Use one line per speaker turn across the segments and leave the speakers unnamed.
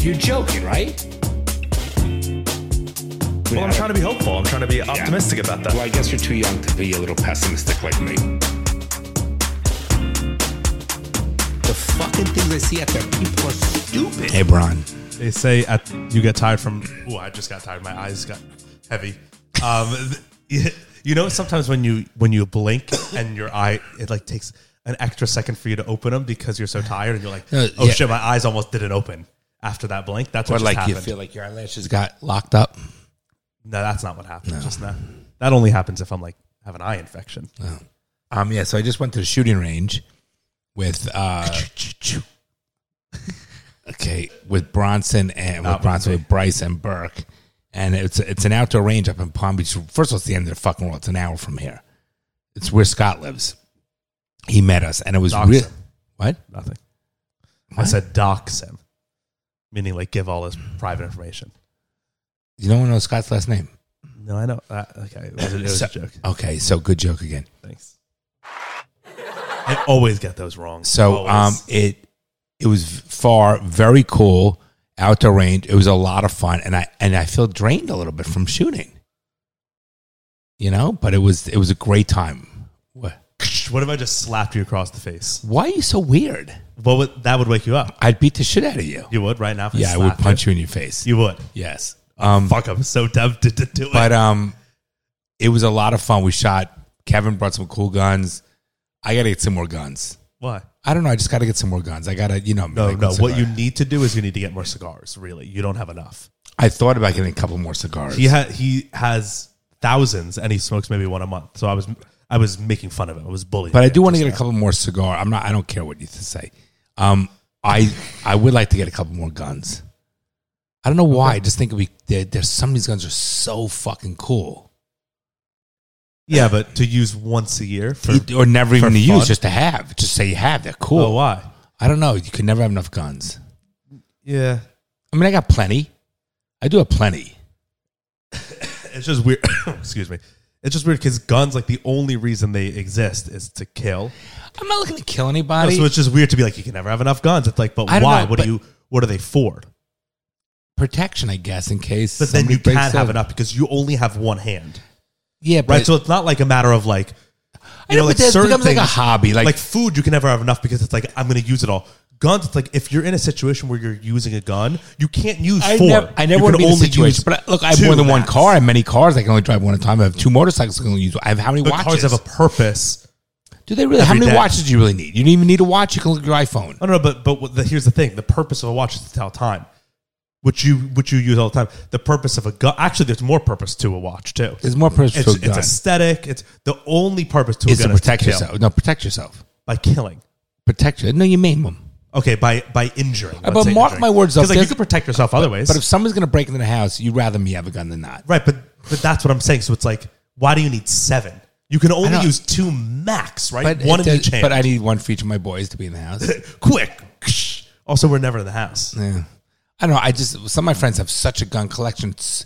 You're joking, right?
Well, I'm trying to be hopeful. I'm trying to be optimistic about that.
Well, I guess you're too young to be a little pessimistic like me. The fucking things I see out there, people are stupid.
Hey, Bron.
They say at, you get tired from. Oh, I just got tired. My eyes got heavy. Um, th- you know, sometimes when you when you blink and your eye, it like takes an extra second for you to open them because you're so tired, and you're like,
Uh,
oh
yeah.
shit, my eyes almost didn't open after that blink. That's what
Or
just
like
happened.
you feel like your eyelashes got locked up.
no, that's not what happened. Just now. That only happens if I'm like have an eye infection.
Um, yeah, so I just went to the shooting range with uh, okay with Bronson and with
Not
Bronson
Wednesday.
with Bryce and Burke, and it's it's an outdoor range up in Palm Beach. First of all, it's the end of the fucking world. It's an hour from here. It's where Scott lives. He met us, and it was
Dox
real.
him.
What?
Nothing. I
What?
said dox him, meaning like give all his private information.
You don't know Scott's last name.
No, I know. Uh, okay, it was, it was
So-
a joke.
Okay, so good joke again.
Thanks. I always get those wrong.
So
Always.
um, it it was far very cool outdoor range. It was a lot of fun, and I and I feel drained a little bit from shooting. You know, but it was it was a great time. What?
what if I just slapped you across the face?
Why are you so weird?
What would that would wake you up?
I'd beat the shit out of you.
You would right now. If
Yeah, I would
slapped
punch you in your face.
You would.
Yes. Um,
Fuck! I'm so tempted to do it.
but um, it was a lot of fun. We shot. Kevin brought some cool guns. I gotta get some more guns.
Why?
I don't know. I just gotta get some more guns. I gotta, you know.
No,
like,
no.
what's
What
it-
you need to do is you need to get more cigars. Really, you don't have enough.
I thought about getting a couple more cigars.
He ha- he has thousands, and he smokes maybe one a month. So I was I was making fun of him. I was bullying.
But I
him.
do want to get a couple more cigar. I'm not. I don't care what you say. Um, I I would like to get a couple more guns. I don't know why. I just think we there, there's some of these guns are so fucking cool,
Yeah, but to use once a year for
You- or never even
for
to
fun?
use, just to have, just say you have. They're cool.
oh why?
I don't know. You can never have enough guns.
Yeah,
I mean, I got plenty. I do have plenty.
it's just weird. Excuse me. It's just weird because guns, like the only reason they exist is to kill.
I'm not looking to kill
No,
anybody.
so it's just weird to be like, you can never have enough guns. It's like, but
I don't
why?
know,
what
but-
do you? What are they for?
Protection, I guess, in case.
But then
somebody
you can't
breaks
have
up.
enough because you only have one hand,
Yeah, but
right? so it's not like a matter of like,
I know,
know, like
but that
certain
becomes like a
things-
hobby.
like,
Like,
food. You can never have enough because it's like I'm going to use it all. Guns. It's like if you're in a situation where you're using a gun, you can't use
I
four.
never, I never
You
want
can
to be in
only
this situation.
use
But I- look, I have
two
more than one
max.
car. I have many cars. I can only drive one at a time. I have two motorcycles. I can only use. I have how many
But
watches?
cars have a purpose.
do they really? How
every
many
day.
watches do you really need? You don't even need a watch. You can look at your iPhone.
I don't know, Oh, but but what the, here's the thing: the purpose of a watch is to tell time, which you which you use all the time. The purpose of a gun, actually, there's more purpose to a watch too.
There's more purpose
It's,
to a
it's
gun.
aesthetic. It's the only purpose to a
Is to
gun
protect
is to kill.
yourself. No, protect yourself.
by killing.
Protect you. No, you maim them.
Okay, by by injuring.
Uh, but mark my words, though,
because like you
there's-
can protect yourself other ways.
But if someone's going to break into the house, you'd rather me have a gun than not.
right, but but that's what I'm saying. So it's like, why do you need seven? You can only
know.
use two max, right?
But
one
it
in
does-
each hand.
But I need one for each of my boys to be in the house.
quick. Also, we're never in the house.
yeah. I don't know. I just some of my friends have such a gun collection. It's-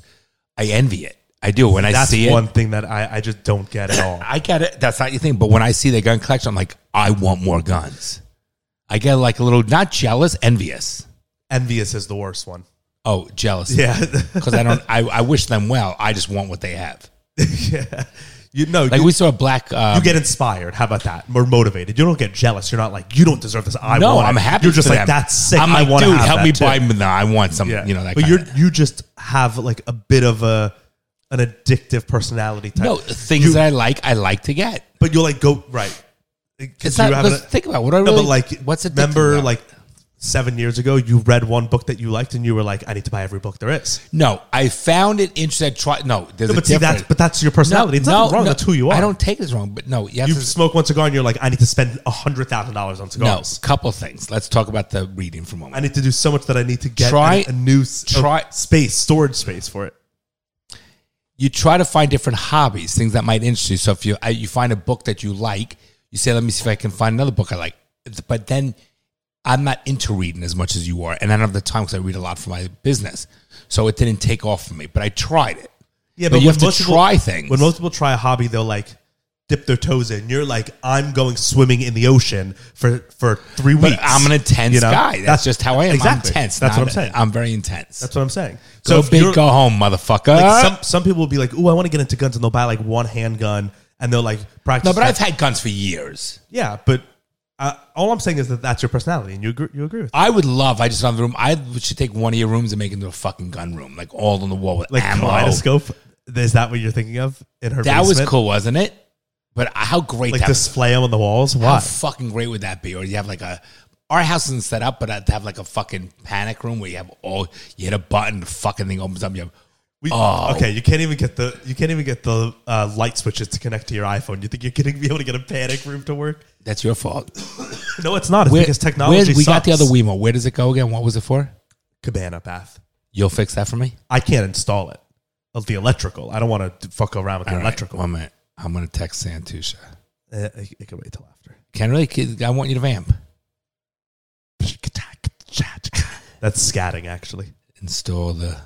I envy it. I do when I
That's
see it.
one thing that I, I just don't get at all.
I get it. That's not your thing. But when I see the gun collection, I'm like, I want more guns. I get like a little, not jealous, envious.
Envious is the worst one.
Oh, jealous.
Yeah.
Because I don't, I, I wish them well. I just want what they have.
yeah. You know,
Like
you,
we saw a black. Uh,
you get inspired. How about that? Or motivated. You don't get jealous. You're not like, you don't deserve this. I
no,
want it."
I'm happy.
You're just
for
like,
them.
that's sick.
I'm
I
like,
want to
dude,
have
help
that
me
too.
buy. No, I want some.
Yeah.
You know, that
but
kind
you
of-
you just have like a bit of a an addictive personality type.
no things
You-
that I like. I like to get.
but you'll like go right. 'Cause
It's
you
not.
have
Let's
an-
think about it. what I
no,
really
but like
What's it?
Remember, like seven years ago, you read one book that you liked, and you were like, "I need to buy everry book there is."
no, I found it interesting. I Try no. There's
No,
a
but see, that's
difference.
but that's your personality. it's nothing wrong. that's who you are.
I don't take this wrong, but no, you have
You
to
smoke one cigar, and you're like, "I need to spend hundred thousand dollars on
No,
cigars."
couple things. Let's talk about the reading for a
I
moment.
need to do so much that I need to get
Try-
a, a new s- a
try-
space, storage space for it.
You try to find different hobbies, things that might interest you. So if you I- you find a book that you like, you say, "Let me see if I can find another book I like." But then I'm not into reading as much as you are, and I don't have the time because I read a lot for my business, so it didn't take off for me. But I tried it.
Yeah,
But you
when
have to
most
try things.
When most people try a hobby, they'll like dip their toes in. You're like, I'm going swimming in the ocean for for three
But
weeks.
I'm an intense
You know?
guy. That's, just how I am.
Exactly.
I'm intense.
That's what
not-
I'm saying.
I'm very intense.
That's what I'm saying.
go
if
big,
you're-
go home, motherfucker.
like, some some people will be like, "Ooh, I want to get into guns," and they'll buy like one handgun and they'll like practice.
no, but
that.
I've had guns for years.
yeah, but uh, all I'm saying is that that's your personality, and you agree, you agree with. That.
I would love. I just don't have the room. I should take one of your rooms and make it into a fucking gun room, like all on the wall with
Like
ammo.
kaleidoscope. Is that what you're thinking of in her?
That was
basement?
cool, wasn't it? But how great
Like
that
display them on the walls.
How
Why?
fucking great would that be? Or you have like a our house isn't set up, but I'd have like a fucking panic room where you have all you hit a button, the fucking thing opens up. You have
We-
Oh.
Okay, you can't even get the you can't even get the uh, light switches to connect to your iPhone. You think you're going to be able to get a panic room to work?
that's your fault.
No, it's not. It's because technology.
where- we got the
sucks.
other Wemo. Where does it go again? What was it for?
Cabana path.
You'll fix that for me.
I can't install it. Of the electrical, I don't want to fuck around with the
All right,
electrical.
One minute. I'm gonna text Santusha.
Eh, it, it can wait till after.
Can really? I want you to vamp.
That's scatting, actually.
Install the.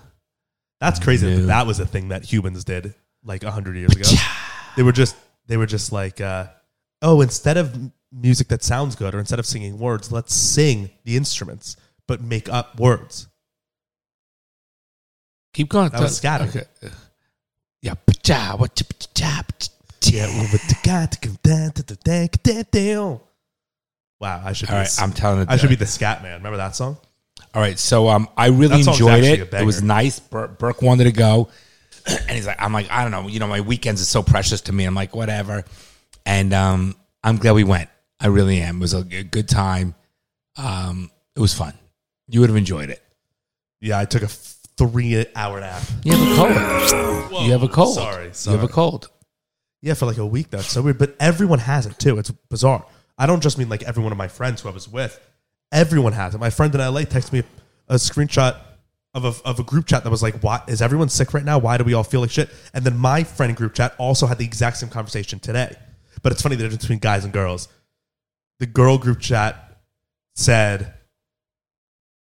That's crazy.
No.
That, that was a thing that humans did like hundred years ago. They were just they were just like, uh, oh, instead of m- music that sounds good, or instead of singing words, let's sing the instruments but make up words.
Keep going.
That was scatting.
Okay. Yeah. Pacha, what- pacha, pacha.
Wow, I should.
All
be
right,
s-
I'm telling it.
I should be the scat man. Remember that song?
All right, so um, I really
That song's
enjoyed
actually
it.
a
It was
banger.
nice. Bur- Burke wanted to go, and he's like, "I'm like, I don't know, you know, my weekends are so precious to me." I'm like, whatever, and um, I'm glad we went. I really am. It was a g- good time. Um, it was fun. You would have enjoyed it.
Yeah, I took a f- three-hour nap.
You have a cold. you have a cold.
sorry,
You have
sorry.
a cold.
Yeah, for like a week. That's so weird. But everyone has it too. It's bizarre. I don't just mean like every one of my friends who I was with. Everyone has it. My friend in LA texted me a screenshot of a, of a group chat that was like, "Why is everyone sick right now? Why do we all feel like shit?" And then my friend in group chat also had the exact same conversation today. But it's funny the difference between guys and girls. The girl group chat said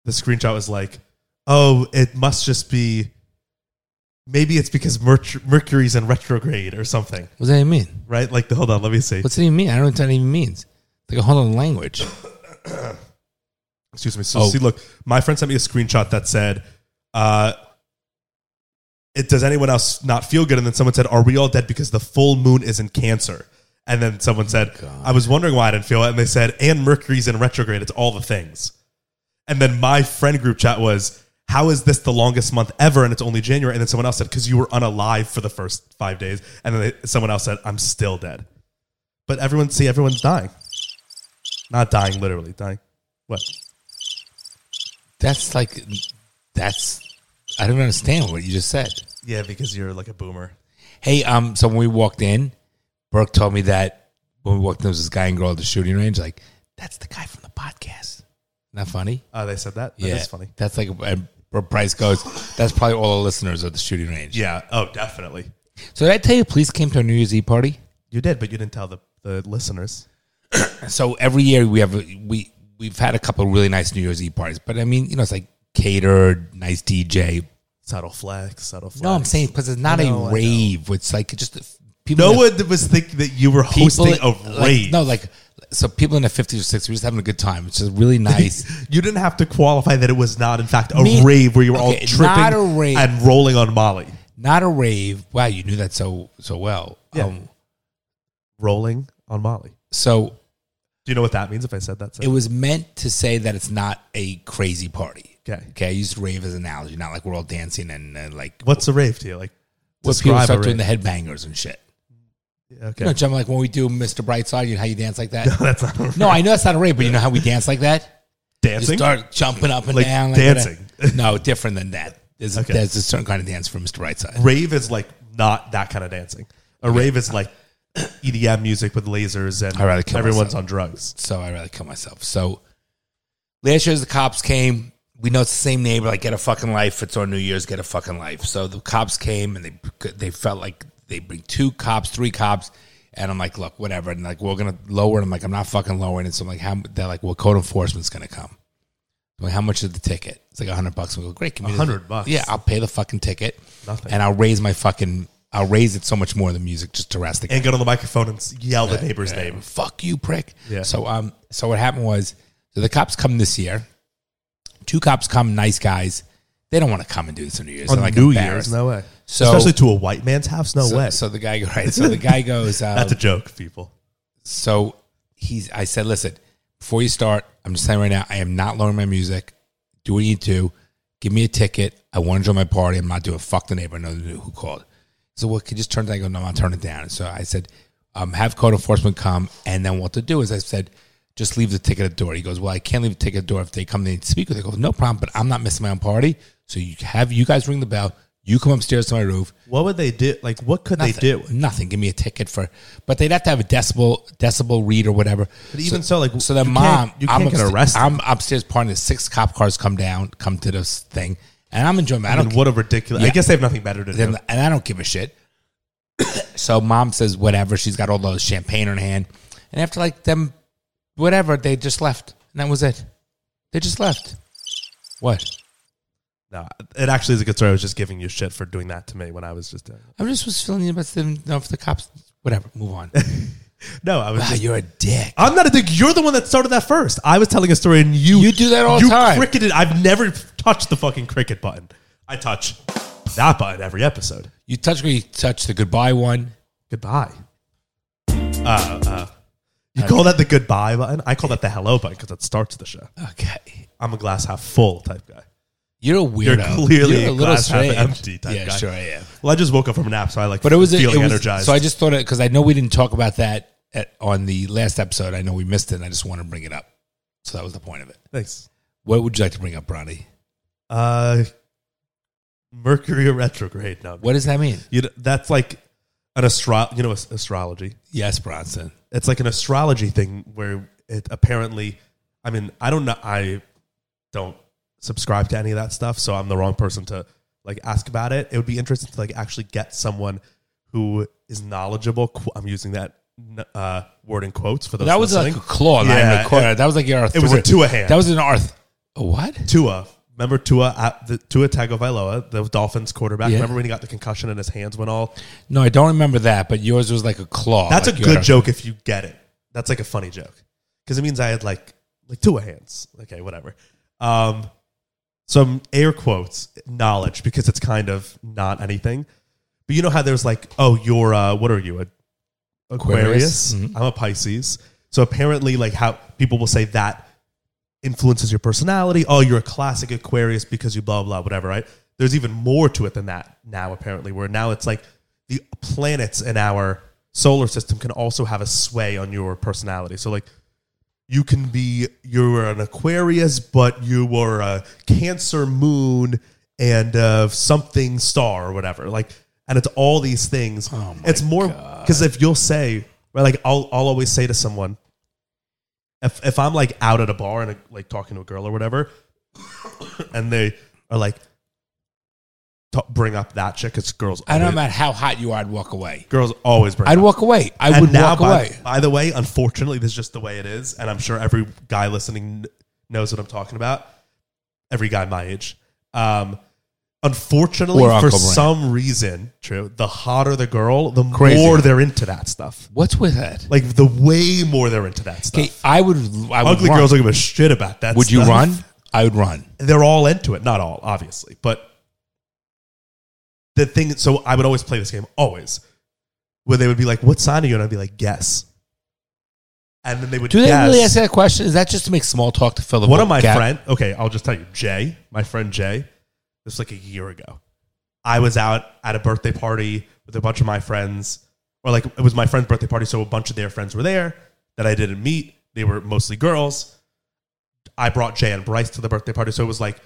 the screenshot was like, "Oh, it must just be." Maybe it's because Merc- Mercury's in retrograde or something
What does that even mean?
right? Like, the, hold on, let me see.
What's it even mean? I don't know what that even means. It's like a whole other language.
Excuse me. So,
Oh.
see, look, my friend sent me a screenshot that said, uh, it, does anyone else not feel good? And then someone said, are we all dead because the full moon is in cancer? And then someone said, I was wondering why I didn't feel it. And they said, and Mercury's in retrograde. It's all the things. And then my friend group chat was, how is this the longest month ever? And it's only January. And then someone else said, because you were unalive for the first five days. And then they, someone else said, I'm still dead. But everyone, see, everyone's dying. Not dying, literally, dying. What?
That's like, that's. I don't understand what you just said.
Yeah, because you're like a boomer.
Hey, um, so when we walked in, Burke told me that when we walked in, there was this guy and girl at the shooting range. Like, that's the guy from the podcast. Not funny?
Oh, they said that? That is funny.
That's like, and Bryce goes, that's probably all the listeners at the shooting range.
Yeah. Oh, definitely.
So did I tell you police came to a New Year's Eve party?
You did, but you didn't tell the, the listeners.
So every year we have, a- we, we've had a couple of really nice New Year's Eve parties, but I mean, you know, it's like catered, nice DJ.
Subtle flex, subtle flex.
No, I'm saying because it's not
I know, I
a
know.
rave. It's like just people.
No
that-
one was thinking that you were hosting a
like-
rave.
no, like so people in their fifties or sixties, we're just having a good time. It's just really nice.
You didn't have to qualify that it was not, in fact, a
Me-
rave where you were
Okay,
all tripping
not a rave.
and rolling on Molly.
Not a rave. Wow, you knew that so so well.
Yeah.
Um,
Rolling on Molly.
so
Do you know what that means if I said that?
it was meant to say that it's not a crazy party.
okay.
Okay, I used rave as an analogy, not like we're all dancing and uh, like
What's a rave to you? Like,
what people
describe a
start doing the
rave.
headbangers and shit.
Okay.
You know, Jim, like when we do Mr. Brightside, you know how you dance like that.
That's not a rave.
no, I know that's not a rave, but you know how we dance like that. You
dancing.
start jumping up and
Like
down,
dancing.
that. no, different than that. There's,
Okay.
there's a certain kind of dance for Mr. Brightside.
rave is like not that kind of dancing. A rave is like EDM music with lasers and
I'd rather kill
everyone's
myself.
on drugs.
so I'd rather kill myself. So last year, as the cops came, we know it's the same neighbor. Like, get a fucking life. It's on New Year's. Get a fucking life. So the cops came, and they they felt like they bring two cops, three cops, and I'm like, look, whatever. And like, we're gonna lower it. I'm like, I'm not fucking lowering it. So I'm like, how? They're like, well, code enforcement's gonna come. I'm like, how much is the ticket? It's like a hundred bucks. We go, great, give me the-
100 bucks?
Yeah, I'll pay the fucking ticket,
Nothing.
and I'll raise my fucking I'll raise it so much more than music just to harass the
and get on the microphone and s- yell the neighbor's
yeah.
name.
Fuck you, prick.
Yeah.
So um, so what happened was, so the cops come this year. Two cops come, nice guys. They don't want to come and do this on New Year's.
On
They're, like
New
embarrassed.
Year's, no way.
So-
Especially to a white man's house, no
So,
way.
so the guy right. So the guy goes. Um,
That's a joke, people.
so he's. I said, listen, before you start, I'm just saying right now, I am not lowering my music. Do what you need to. Give me a ticket. I want to join my party. I'm not doing fuck the neighbor. I know who called. So what? Could just turn it down. I go, no, I'll turn it down. So I said, um, have code enforcement come, and then what to do is I said, just leave the ticket at the door. He goes, well, I can't leave the ticket at the door if they come. They need to speak with. it. I go, no problem, but I'm not missing my own party. So you have you guys ring the bell. You come upstairs to my roof.
What would they do? Like, what could they do?
Nothing. Give me a ticket for, but they'd have to have a decibel decibel read or whatever.
But even so, like,
so the
you
mom,
can't- you can't
I'm
get
upsta-
arrested.
I'm upstairs partying. Six cop cars come down, come to this thing, and I'm enjoying. it. I
I
don't.
mean, what a ridiculous. I
Yeah.
guess they have nothing better to do.
Then- and I don't give a shit. so mom says whatever. She's got all the champagne in her hand, and after like them, whatever, they just left, and that was it. They just left. What?
No, it actually is a good story. I was just giving you shit for doing that to me when I was just doing.
I just was feeling about them. No, if the cops, whatever, move on.
No, I was.
Ah,
just,
you're a dick.
I'm not a dick. You're the one that started that first. I was telling a story, and you
You do that all the
you
time.
Cricketed. I've never touched the fucking cricket button. I touch that button every episode.
You touch me, touch the goodbye one.
Goodbye. Uh, uh, you call that the goodbye button? I call that the hello button because it starts the show.
Okay.
I'm a glass half full type guy.
You're a weirdo.
You're clearly
You're
a glass half
strange.
empty type
yeah,
guy.
sure I am.
Well, I just woke up from a nap, so I like.
But it was a,
feeling
it was,
energized.
So I just thought it because I know we didn't talk about that at, on the last episode. I know we missed it. and I just want to bring it up. So that was the point of it.
thanks.
What would you like to bring up, Ronnie?
Uh, Mercury retrograde. No,
What does that mean?
you know, that's like an astro. You know, as- astrology.
Yes, Bronson.
It's like an astrology thing where it apparently. I mean, I don't know. I don't subscribe to any of that stuff, so I'm the wrong person to like ask about it. It would be interesting to like actually get someone who is knowledgeable. qu- I'm using that uh, word in quotes for those.
That was
listening.
like a claw. and I
Yeah,
recorded. that was like your.
it was a two a hand.
That was an arth. a What?
Tua. Remember Tua at the Tua Tagovailoa, the Dolphins quarterback.
Yeah.
Remember when he got the concussion and his hands went all?
No, I don't remember that. But yours was like a claw.
That's
Oh, like
a
you
good
had
joke if you get it. That's like a funny joke because it means I had like like Tua hands. Okay, whatever. Um, some air quotes knowledge because it's kind of not anything. But you know how there's like, oh, you're uh, what are you? A Aquarius. Mm-hmm.
Aquarius. Mhm.
I'm a Pisces. So apparently, like how people will say that influences your personality. Oh, you're a classic Aquarius because you blah blah whatever. Right? There's even more to it than that now. Apparently, where now it's like the planets in our solar system can also have a sway on your personality. So like you can be you're an Aquarius, but you were a Cancer moon and uh, something star or whatever. Like, and it's all these things.
Oh my
it's more because if you'll say, right, like I'll I'll always say to someone, if if I'm like out at a bar and like talking to a girl or whatever, and they are like. t- Bring up that chick because girls.
I don't
always-
know about how hot you are. I'd walk away.
Girls always bring.
I'd
up.
walk away. I
And
would
now,
walk
by,
away.
By the way, unfortunately, this is just the way it is, and I'm sure every guy listening kn- knows what I'm talking about. Every guy my age. Um, unfortunately,
Or
for
Uncle Brent.
some reason, true. The hotter the girl, the
Crazy.
more they're into that stuff.
What's with that?
Like the way more they're into that stuff.
Okay, I would. I would
Ugly
run.
girls don't give a shit about that.
Would you
stuff.
run? I would run.
They're all into it. Not all, obviously, but the thing. So I would always play this game. Always. Where they would be like, "What sign are you?" and I'd be like, "Guess," and then they would.
Do they
guess.
really ask that question? Is that just to make small talk to fill the
One of my
gap?
friend, okay, I'll just tell you, Jay, my friend Jay, this was like a year ago. I was out at a birthday party with a bunch of my friends, or like it was my friend's birthday party, so a bunch of their friends were there that I didn't meet. They were mostly girls. I brought Jay and Bryce to the birthday party, so it was like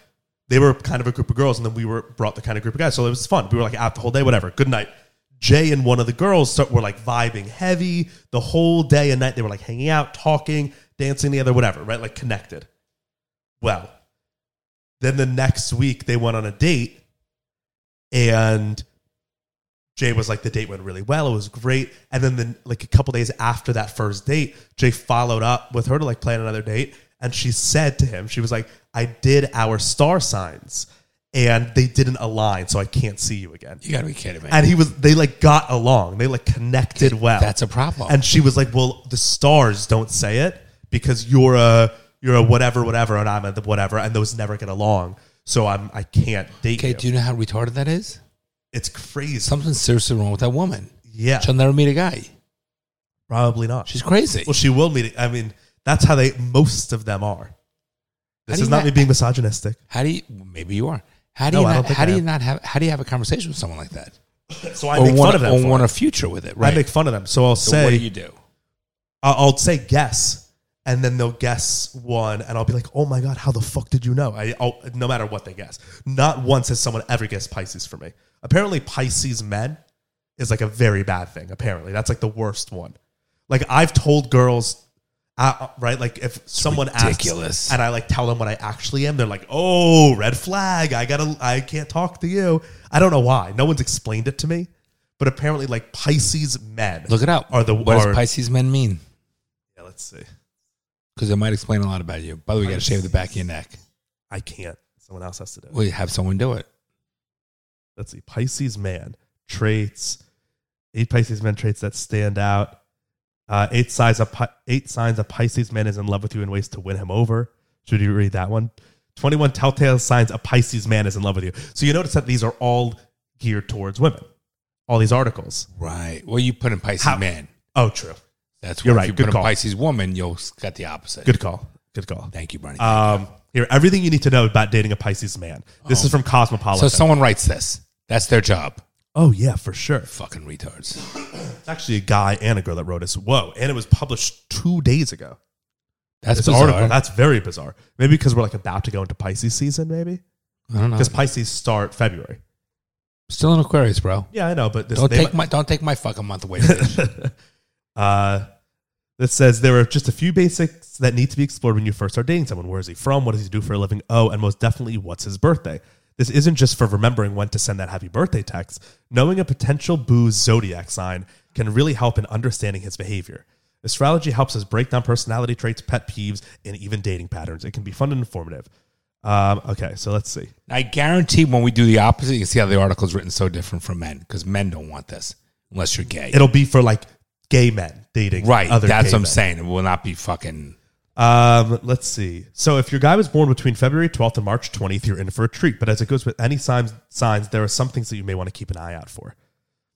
they were kind of a group of girls, and then we were brought the kind of group of guys. So it was fun. We were like out the whole day, whatever. Good night. Jay and one of the girls start, were like vibing heavy the whole day and night. They were like hanging out, talking, dancing together, whatever, right? Like connected. Well, then the next week they went on a date, and Jay was like, "The date went really well. It was great." And then, the, like a couple days after that first date, Jay followed up with her to like plan another date, and she said to him, "She was like, I did our star signs, and they didn't align, so I can't see you again.
You gotta be kidding me.
And he was, they like got along. They like connected well.
That's a problem.
And she was like, well, the stars don't say it because you're a, you're a whatever, whatever, and I'm a whatever, and those never get along. So I'm, I can't date
okay,
you.
do you know how retarded that is?
It's crazy.
Something's seriously wrong with that woman.
yeah,
She'll never meet a guy.
probably not.
She's crazy.
Well, she will meet. I mean, that's how they most of them are.
How
This
do
is
you
not
not-
me being misogynistic.
how do you? Maybe you are. How do
No,
you?
I
Not,
don't think
how
I
do you
am.
not have? How do you have a conversation with someone like that?
So I make
want,
fun of them.
or
for
want
it.
a future with it, right?
I make fun of them. So I'll
so
say,
what do you do?
I- I'll say guess, and then they'll guess one, and I'll be like, oh my god, how the fuck did you know? I I'll, no matter what they guess, not once has someone ever guessed Pisces for me. Apparently, Pisces men is like a very bad thing. Apparently, that's like the worst one. Like I've told girls. Uh, right, like if someone
ridiculous.
asks, and I like tell them what I actually am, they're like, "Oh, red flag! I gotta, I can't talk to you." I don't know why. No one's explained it to me, but apparently, like Pisces men,
Look it up.
Are the
what
are-
does Pisces men mean?
Yeah, let's see.
Because it might explain a lot about you. By the way, you got to shave the back of your neck.
I can't. Someone else has to do it.
Well, you have someone do it.
Let's see. Pisces man traits. Eight Pisces men traits that stand out. Uh, eight signs a Pi- eight signs a Pisces man is in love with you and ways to win him over. Should you read that one? Twenty one telltale signs a Pisces man is in love with you. So you notice that these are all geared towards women. All these articles.
Right. Well, you put in Pisces
How-
man.
Oh, true.
That's
You're
where
right.
If you
Good
put in
call.
Pisces woman, you'll s- got the opposite.
Good call. Good call.
Thank you, Bernie.
Um, here, everything you need to know about dating a Pisces man. This is from
so
Cosmopolitan.
someone writes this. That's their job.
oh yeah, for sure.
Fucking retards.
It's actually a guy and a girl that wrote this. Whoa. And it was published two days ago.
That's
This
bizarre.
article. That's very bizarre. Maybe because we're like about to go into Pisces season, maybe?
I don't know.
Because Pisces start February.
Still in Aquarius, bro.
Yeah, I know, but this
Don't
they-
take my don't take my fucking month away. From me.
uh, this says there are just a few basics that need to be explored when you first start dating someone. Where is he from? What does he do for a living? Oh, and most definitely, what's his birthday? This isn't just for remembering when to send that happy birthday text. Knowing a potential boo's zodiac sign can really help in understanding his behavior. Astrology helps us break down personality traits, pet peeves, and even dating patterns. It can be fun and informative. Um, okay, so let's see.
I guarantee when we do the opposite, you can see how the article's written so different for men because men don't want this unless you're gay.
It'll be for like gay men dating.
right.
other
That's
gay
what I'm
men.
saying. It will not be fucking.
Um, let's see. So if your guy was born between February 12th and March 20th, you're in for a treat. But as it goes with any signs, signs there are some things that you may want to keep an eye out for.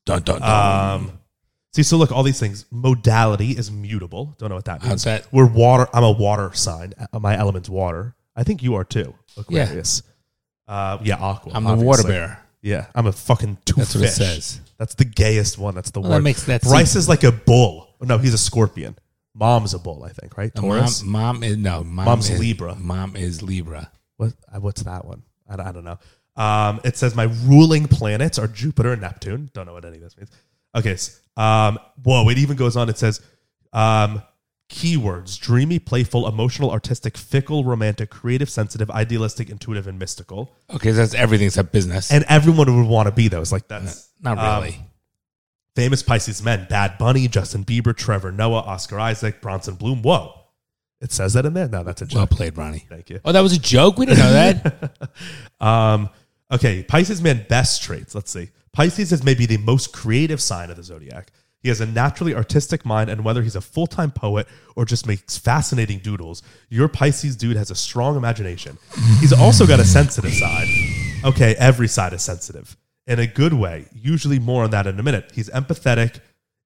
Dun dun dun.
Um, see, so look, all these things. Modality is mutable. Don't know what that means.
How's that?
We're water. I'm a water sign. Uh, My element's water. I think you are too. Aquarius. Uh, yeah, aqua.
I'm the
obviously.
water bearer.
Yeah, I'm a fucking two
That's what it
fish.
says.
That's the gayest one. That's the
Well,
word.
that makes- that's-
Bryce is like a bull. No, he's a scorpion. Mom's a bull, I think, right? Taurus.
Mom, mom is no. Mom
Mom's
is,
Libra.
Mom is Libra.
What, uh, what's that one? I, don't- I don't know. Um, it says my ruling planets are Jupiter and Neptune. Don't know what any of this means. Okay. s- Um, whoa, it even goes on. It says um, keywords dreamy, playful, emotional, artistic, fickle, romantic, creative, sensitive, idealistic, intuitive, and mystical.
Okay, so that's everything except business.
And everyone would want to be those. Like that's
Not
um,
really.
famous Pisces men Bad Bunny, Justin Bieber, Trevor Noah, Oscar Isaac, Bronson Bloom. Whoa. It says that in there? No, that's a joke.
well played, Ronnie.
Thank you.
Oh, that was a joke. We didn't know that.
Um, okay, Pisces man best traits. Let's see. Pisces is maybe the most creative sign of the zodiac. He has a naturally artistic mind, and whether he's a full time poet or just makes fascinating doodles, your Pisces dude has a strong imagination. He's also got a sensitive side. Okay, every side is sensitive in a good way, usually more on that in a minute. He's empathetic,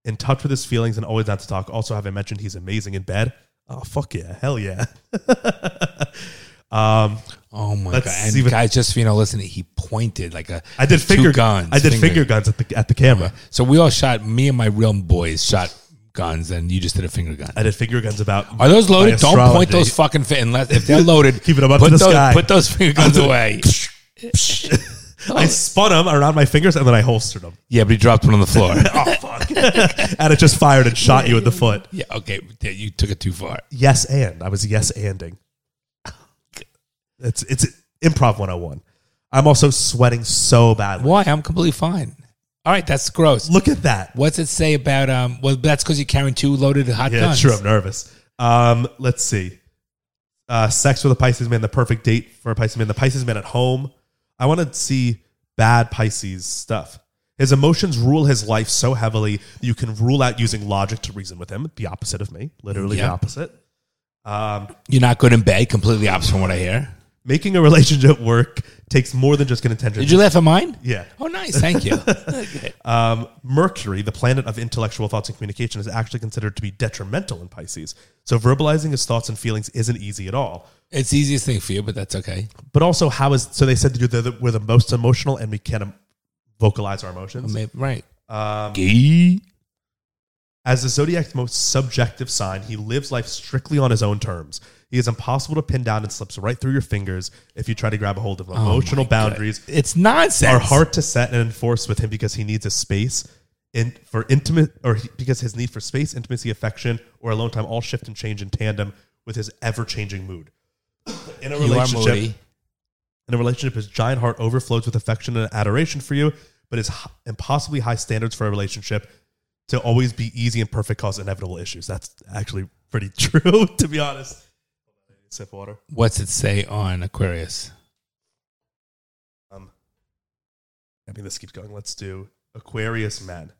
in touch with his feelings, and always not to talk. Also, have I mentioned he's amazing in bed? Oh, fuck yeah. Hell yeah. um,
Oh my
Let's
god!
see
And
what-
guys, just so you know, listen. He pointed like a.
I did
two
finger
guns.
I did finger, guns at the at the camera.
So we all shot. Me and my real boys shot guns, and you just did a finger gun.
I did finger guns about.
Are those
my
loaded? Don't point
astrology.
those fucking fi- unless if they're loaded.
Keep it up to
put
the
those,
sky.
Put those finger guns away.
I spun them around my fingers and then I holstered them.
yeah, but he dropped one on the floor.
Oh fuck! and it just fired and shot you in the foot.
yeah, okay, yeah, you took it too far.
Yes, and I was yes anding. It's it's improv one hundred and one. I'm also sweating so badly.
Why? I'm completely fine. All right, that's gross.
Look at that.
What's it say about um? Well, that's because you're carrying two loaded hot
Yeah,
guns.
sure. I'm nervous. Um, let's see. Uh, sex with a Pisces man, the perfect date for a Pisces man, the Pisces man at home, I want to see bad Pisces stuff. His emotions rule his life so heavily you can rule out using logic to reason with him. The opposite of me, literally
Yeah.
the opposite. Um,
You're not good in bed. Completely opposite from what I hear.
making a relationship work takes more than just good intentions.
Did you laugh at mine?
yeah.
Oh, nice. Thank you.
Um, Mercury, the planet of intellectual thoughts and communication, is actually considered to be detrimental in Pisces. So verbalizing his thoughts and feelings isn't easy at all.
it's the easiest thing for you, but that's okay.
But also, how is so? They said that you're the, we're the most emotional, and we can um, vocalize our emotions.
Maybe- right.
Um,
Gee.
As the zodiac's most subjective sign, he lives life strictly on his own terms. He is impossible to pin down and slips right through your fingers if you try to grab a
Oh
hold of emotional boundaries
It's nonsense.
are hard to set and enforce with him because he needs a space in for intimate or he- because his need for space, intimacy, affection, or alone time all shift and change in tandem with his ever-changing mood. In a
You are
relationship,
moody.
in a relationship, his giant heart overflows with affection and adoration for you, but his h- impossibly high standards for a relationship to always be easy and perfect cause inevitable issues. That's actually pretty true, to be honest. Sip water.
What's it say on Aquarius?
Um, I mean, this keeps going. Let's do Aquarius men.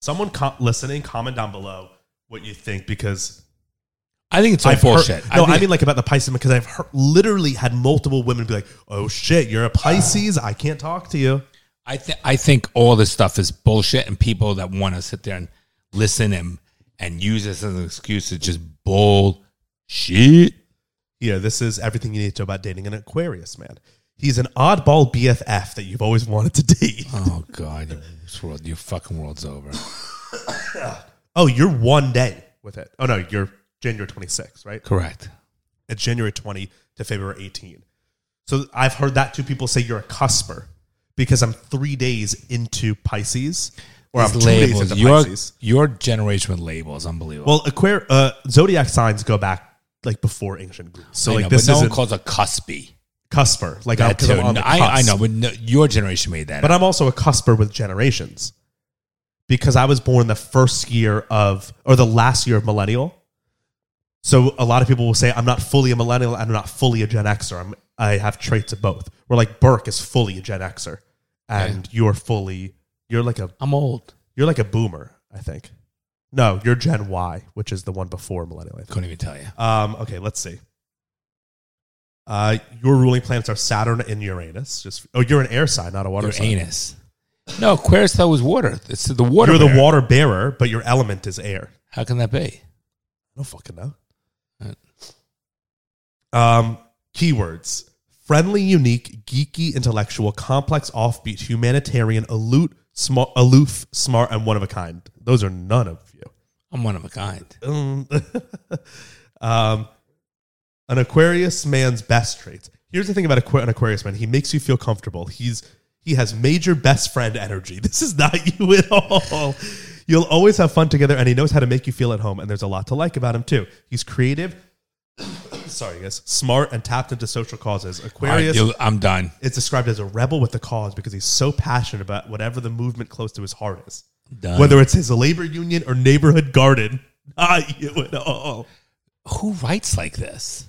Someone co- listening, comment down below what you think because
I think it's all
I've heard-
bullshit.
no, I,
think-
mean like about the Pisces because I've heard, literally had multiple women be like, "Oh shit, you're a Pisces. I can't talk to you."
I think I think all this stuff is bullshit, and people that want to sit there and listen and and use this as an excuse is just bullshit.
Here, this is everything you need to know about dating an Aquarius man. He's an oddball BFF that you've always wanted to date.
Oh God, your- this world, your fucking world's over.
Oh, you're one day with it. Oh no, you're January 26th, right?
Correct.
at January 20 to February 18. So I've heard that two people say you're a cusper because I'm three days into Pisces, or I'm
These
two days
labels,
into
your
Pisces.
your generation with labels, unbelievable.
Well, Aquar- uh, zodiac signs go back like before ancient Greece. So
I
like
know,
this
but no
is
one
not
calls a cuspy.
cusper. Like I'm,
That
'cause
too.
I'm on
No,
the
I, I
cusp.
know, but no, your generation made that.
But
up.
I'm also a cusper with generations because I was born the first year of, or the last year of millennial. So a lot of people will say, I'm not fully a millennial, I'm not fully a Gen Xer. I'm, I have traits of both. We're like Burke is fully a Gen Xer, and you're fully, you're like a,
I'm old.
you're like a boomer, I think. No, you're Gen Y, which is the one before millennial. I think.
Couldn't even tell you.
Um, okay, let's see. Uh, your ruling planets are Saturn and Uranus. Just oh, you're an air sign, not a water
Your
sign.
anus. No, Aquarius though was water. It's the water.
You're the
bearer.
water bearer, but your element is air.
How can that be?
I don't fucking know.
Right.
Um, keywords friendly, unique, geeky, intellectual, complex, offbeat, humanitarian, aloof, small, aloof, smart, and one of a kind. Those are none of you.
I'm one of a kind.
Um, um, an Aquarius man's best traits. Here's the thing about Aqu- an Aquarius man: he makes you feel comfortable. He's he has major best friend energy. This is not you at all. You'll always have fun together, and he knows how to make you feel at home. And there's a lot to like about him too. He's creative. sorry, guys. Smart and tapped into social causes.
All right,
Aquarius
you- I'm done.
is described as a rebel with the cause because he's so passionate about whatever the movement close to his heart is.
Done.
Whether it's his labor union or neighborhood garden, not you at all.
who writes like this?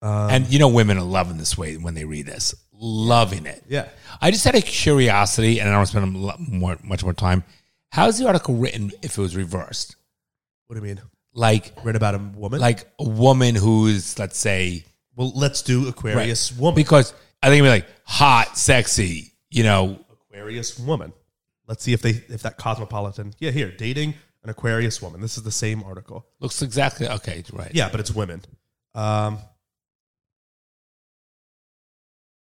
Um,
and you know, women are loving this way when they read this, loving it.
Yeah.
I just had a curiosity, and I don't want to spend a lot more, much more time. How's the article written if it was reversed?
What do you mean?
Like,
Written about a woman?
like a woman who's, let's say,
well, let's do Aquarius woman.
because I think it'd be like hot, sexy, you know,
Aquarius woman. Let's see if they if that cosmopolitan. Yeah, here dating an Aquarius woman. This is the same article.
looks exactly okay, right?
Yeah, but it's women. Um,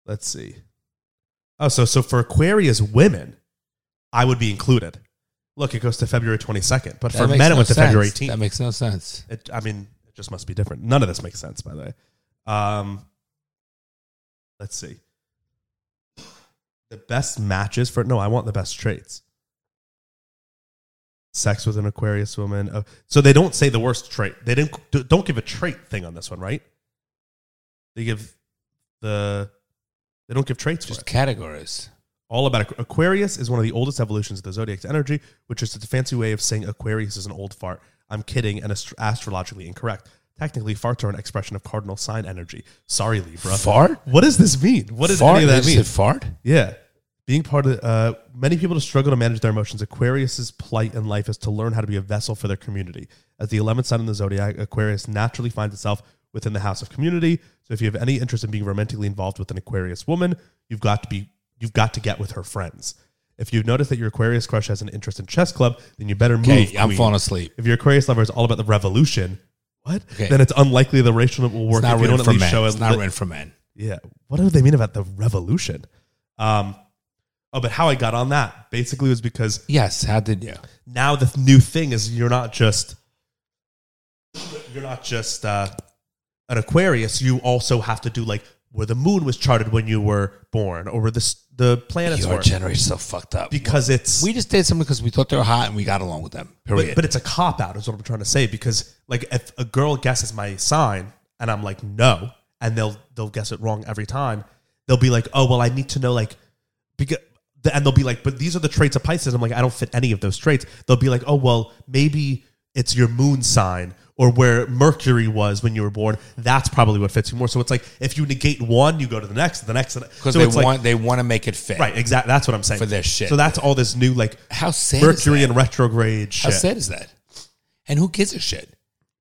let's see. Oh, so so for Aquarius women, I would be included. Look, it goes to February twenty second, but
That
for
makes
men, it
no
went to February
sense.
eighteenth.
That makes no sense.
It, I mean, it just must be different. None of this makes sense, by the way. Um, let's see. The best matches for no, I want the best traits. Sex with an Aquarius woman. Oh, so they don't say the worst trait. They didn't d- don't give a trait thing on this one, right? They give the they don't give traits. for
Just
it
categories.
all about Aqu- Aquarius is one of the oldest evolutions of the zodiac's energy, which is just a fancy way of saying Aquarius is an old fart. I'm kidding and ast- astrologically incorrect. Technically, farts are an expression of cardinal sign energy. Sorry, Libra.
Fart?
What does this mean? What does
fart?
any of
They
that
just
mean?
said fart?
Yeah. Being part of uh, many people to struggle to manage their emotions, Aquarius's plight in life is to learn how to be a vessel for their community. As the 11th sign in the zodiac, Aquarius naturally finds itself within the house of community. So if you have any interest in being romantically involved with an Aquarius woman, you've got to be you've got to get with her friends. If you've noticed that your Aquarius crush has an interest in chess club, then you better move.
Okay, I'm
queen.
falling asleep.
If your Aquarius lover is all about the revolution, what?
Okay.
Then it's unlikely the relationship will work
It's not
if you
written
don't at
for
least
men.
show
It's
a
not
li-
written for men.
yeah. What do they mean about the revolution? Um, oh, but how I got on that basically was because
Yes. How did you?
now the new thing is you're not just you're not just uh, an Aquarius. You also have to do like where the moon was charted when you were born, or where the s- the planets
Your
were,
generation's so fucked up.
because it's
we just did something because we thought they were hot and we got along with them. Period.
but, but it's a cop out is what I'm trying to say because like if a girl guesses my sign and I'm like no and they'll they'll guess it wrong every time they'll be like oh well I need to know like because and they'll be like but these are the traits of Pisces I'm like I don't fit any of those traits they'll be like oh well maybe it's your moon sign or where Mercury was when you were born that's probably what fits you more so it's like if you negate one you go to the next the next
because
so
they
it's
want
like
they want to make it fit.
right exactly that's what I'm saying
For their shit.
so that's all this new like
How sad
Mercury
is
and
that?
retrograde
How
shit.
sad is that? And who gives a shit?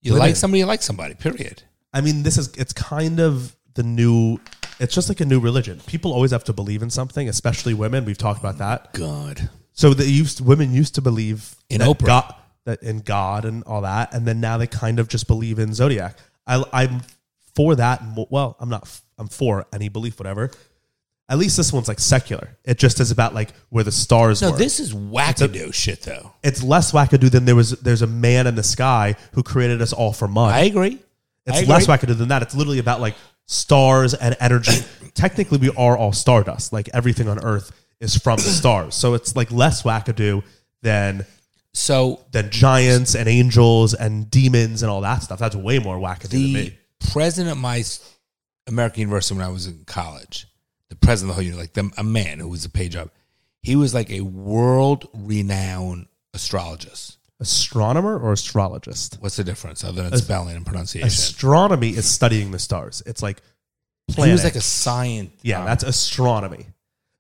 You
Women.
like somebody, you like somebody. Period.
I mean, this is it's kind of the new. It's just like a new religion. People always have to believe in something, especially women. We've talked about that.
God.
So the used women used to believe
In
that
Oprah.
God, that in God and all that, and then now they kind of just believe in zodiac. I, I'm for that. mo- Well, I'm not. f- I'm for any belief, whatever. At least this one's like secular. It just is about like where the stars.
No,
were
this is wackadoo shit, though.
it's less wackadoo than there was. There's a man in the sky who created us all for money.
I agree. I
It's
agree.
less wackadoo than that. It's literally about like stars and energy. Technically, we are all stardust. Like everything on Earth is from the stars. So it's like less wackadoo than
So
than giants and angels and demons and all that stuff. That's way more wackadoo than
the
me.
president of my s- American university when I was in college, the president of the whole unit, like the, a man who was a paid job, he was like a world renowned astrologist.
Astronomer or astrologist?
What's the difference other than spelling and pronunciation?
Astronomy is studying the stars. It's like
He
planets.
was like a scientist.
yeah, that's astronomy.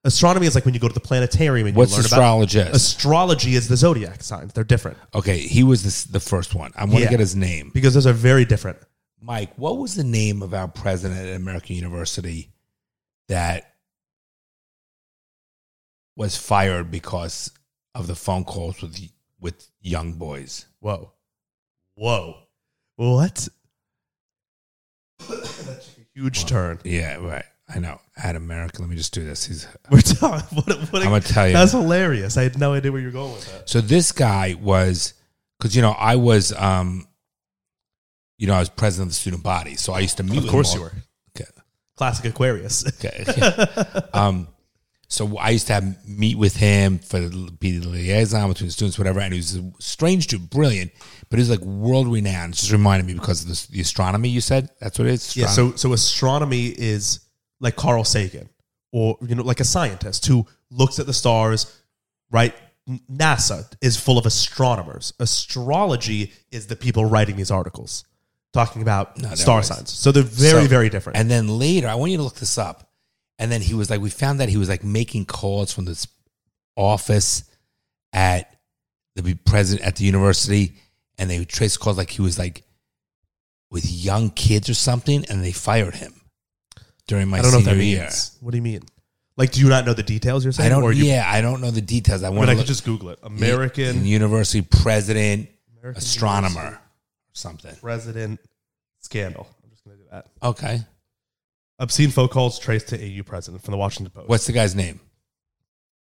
Astronomy is like when you go to the planetarium and
What's
you learn
astrologist?
about astrology is the zodiac signs. They're different
okay, he was this, the first one. I want to
Yeah.
get his name.
because those are very different.
Mike, what was the name of our president at American University that was fired because of the phone calls with with young boys?
Whoa. Whoa. What? That's a huge turn.
Yeah, right. I know. At America, let me just do this. He's
We're talking. What, what
I'm gonna tell you.
That's hilarious. I had no idea where you were going with that.
so this guy was because you know I was um, you know I was president of the student body, so I used to meet.
Of
with
course
him
you
all-
were.
Okay.
Classic Aquarius.
Okay. um, so I used to have meet with him for the- be the liaison between the students, whatever. And he was a strange dude, brilliant, but he was like world renowned. It just reminded me because of this, the astronomy you said. That's what it is.
yeah.
Astronomy?
So, so astronomy is like Carl Sagan or, you know, like a scientist who looks at the stars, right? N- NASA is full of astronomers. Astrology is the people writing these articles talking about
No, they're
star
always-
signs. So they're very,
So-
very different.
And then later, I want you to look this up. And then he was like, we found that he was like making calls from this office at the president at the university, and they traced calls like he was like with young kids or something, and they fired him during my
I don't know if
senior
that means.
year.
What do you mean? Like, do you not know the details you're saying?
I don't.
Or you,
yeah, I don't know the details. I
I mean,
want
I
to look
could just Google it. American
university president,
American
astronomer,
University
something.
president scandal. I'm just going to do that.
Okay,
Obscene phone calls traced to AU president from the Washington Post.
what's the guy's name?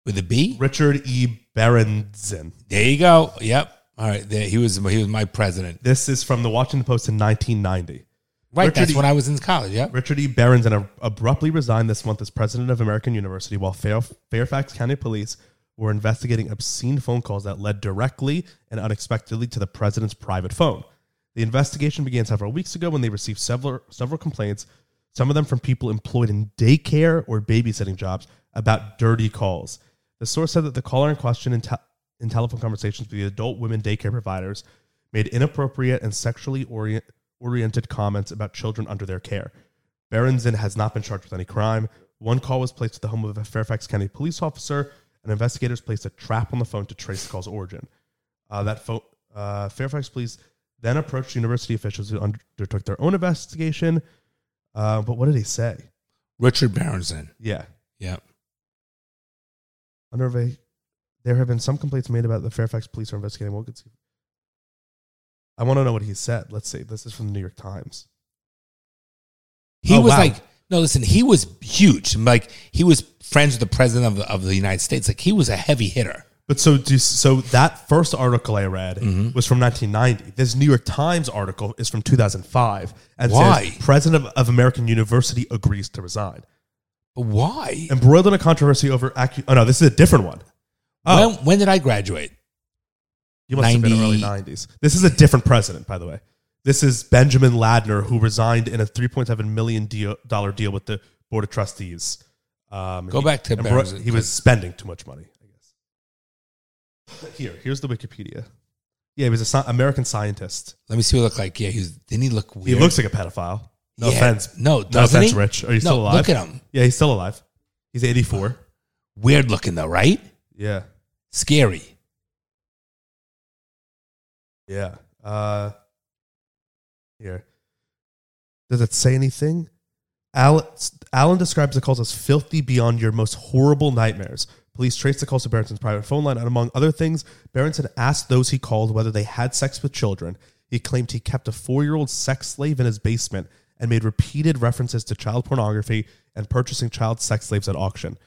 With a B?
Richard E. Berenson.
There you go. Yep. All right. There, he was. He was my president.
This is from the Washington Post in 1990.
Right.
Richard
that's
E.
when I was in college. Yep.
Richard E. Berenson ab- abruptly resigned this month as president of American University while Fair- Fairfax County Police were investigating obscene phone calls that led directly and unexpectedly to the president's private phone. The investigation began several weeks ago when they received several several complaints, some of them from people employed in daycare or babysitting jobs about dirty calls. The source said that the caller in question in, te- in telephone conversations with the adult women daycare providers made inappropriate and sexually orient oriented comments about children under their care. Berenson has not been charged with any crime. One call was placed at the home of a Fairfax County police officer, and investigators placed a trap on the phone to trace the call's origin. Uh, that pho- uh, Fairfax police then approached university officials who undertook their own investigation. Uh, but what did he say?
Richard Berenson.
Yeah.
Yeah.
Under va- there have been some complaints made about the Fairfax police are investigating Wilkinson. I want to know what he said. Let's see. This is from the New York Times.
He
Oh,
was
wow.
like, no, listen, he was huge. Like he was friends with the president of the, of the United States. Like he was a heavy hitter.
But so, do, so that first article I read
Mm-hmm.
was from 1990. This New York Times article is from 2005, and
Why?
says President of, of American University agrees to resign.
But why?
Embroiled in a controversy over accu- oh no, this is a different one. Oh,
When, when did I graduate?
you must have been
90
early 90s. This is a different president, by the way. This is Benjamin Ladner, who resigned in a 3.7 million deal, dollar deal with the Board of Trustees. Um,
Go back to
embro-
Berenson.
He was spending too much money. I guess. Here, here's the Wikipedia. Yeah, he was an American scientist.
Let me see what he looked like. Yeah, he was, didn't he look weird?
He looks like a pedophile. No
Yeah.
offense.
No,
no
doesn't
offense,
he?
Rich. Are you
No,
still alive?
look at him.
Yeah, he's still alive. He's 84.
weird looking though, right?
Yeah.
Scary.
Yeah. Uh, here. Does it say anything? Alan, Alan describes the calls as filthy beyond your most horrible nightmares. Police traced the calls to Berenson's private phone line, and among other things, Berenson asked those he called whether they had sex with children. He claimed he kept a four year old sex slave in his basement and made repeated references to child pornography and purchasing child sex slaves at auction.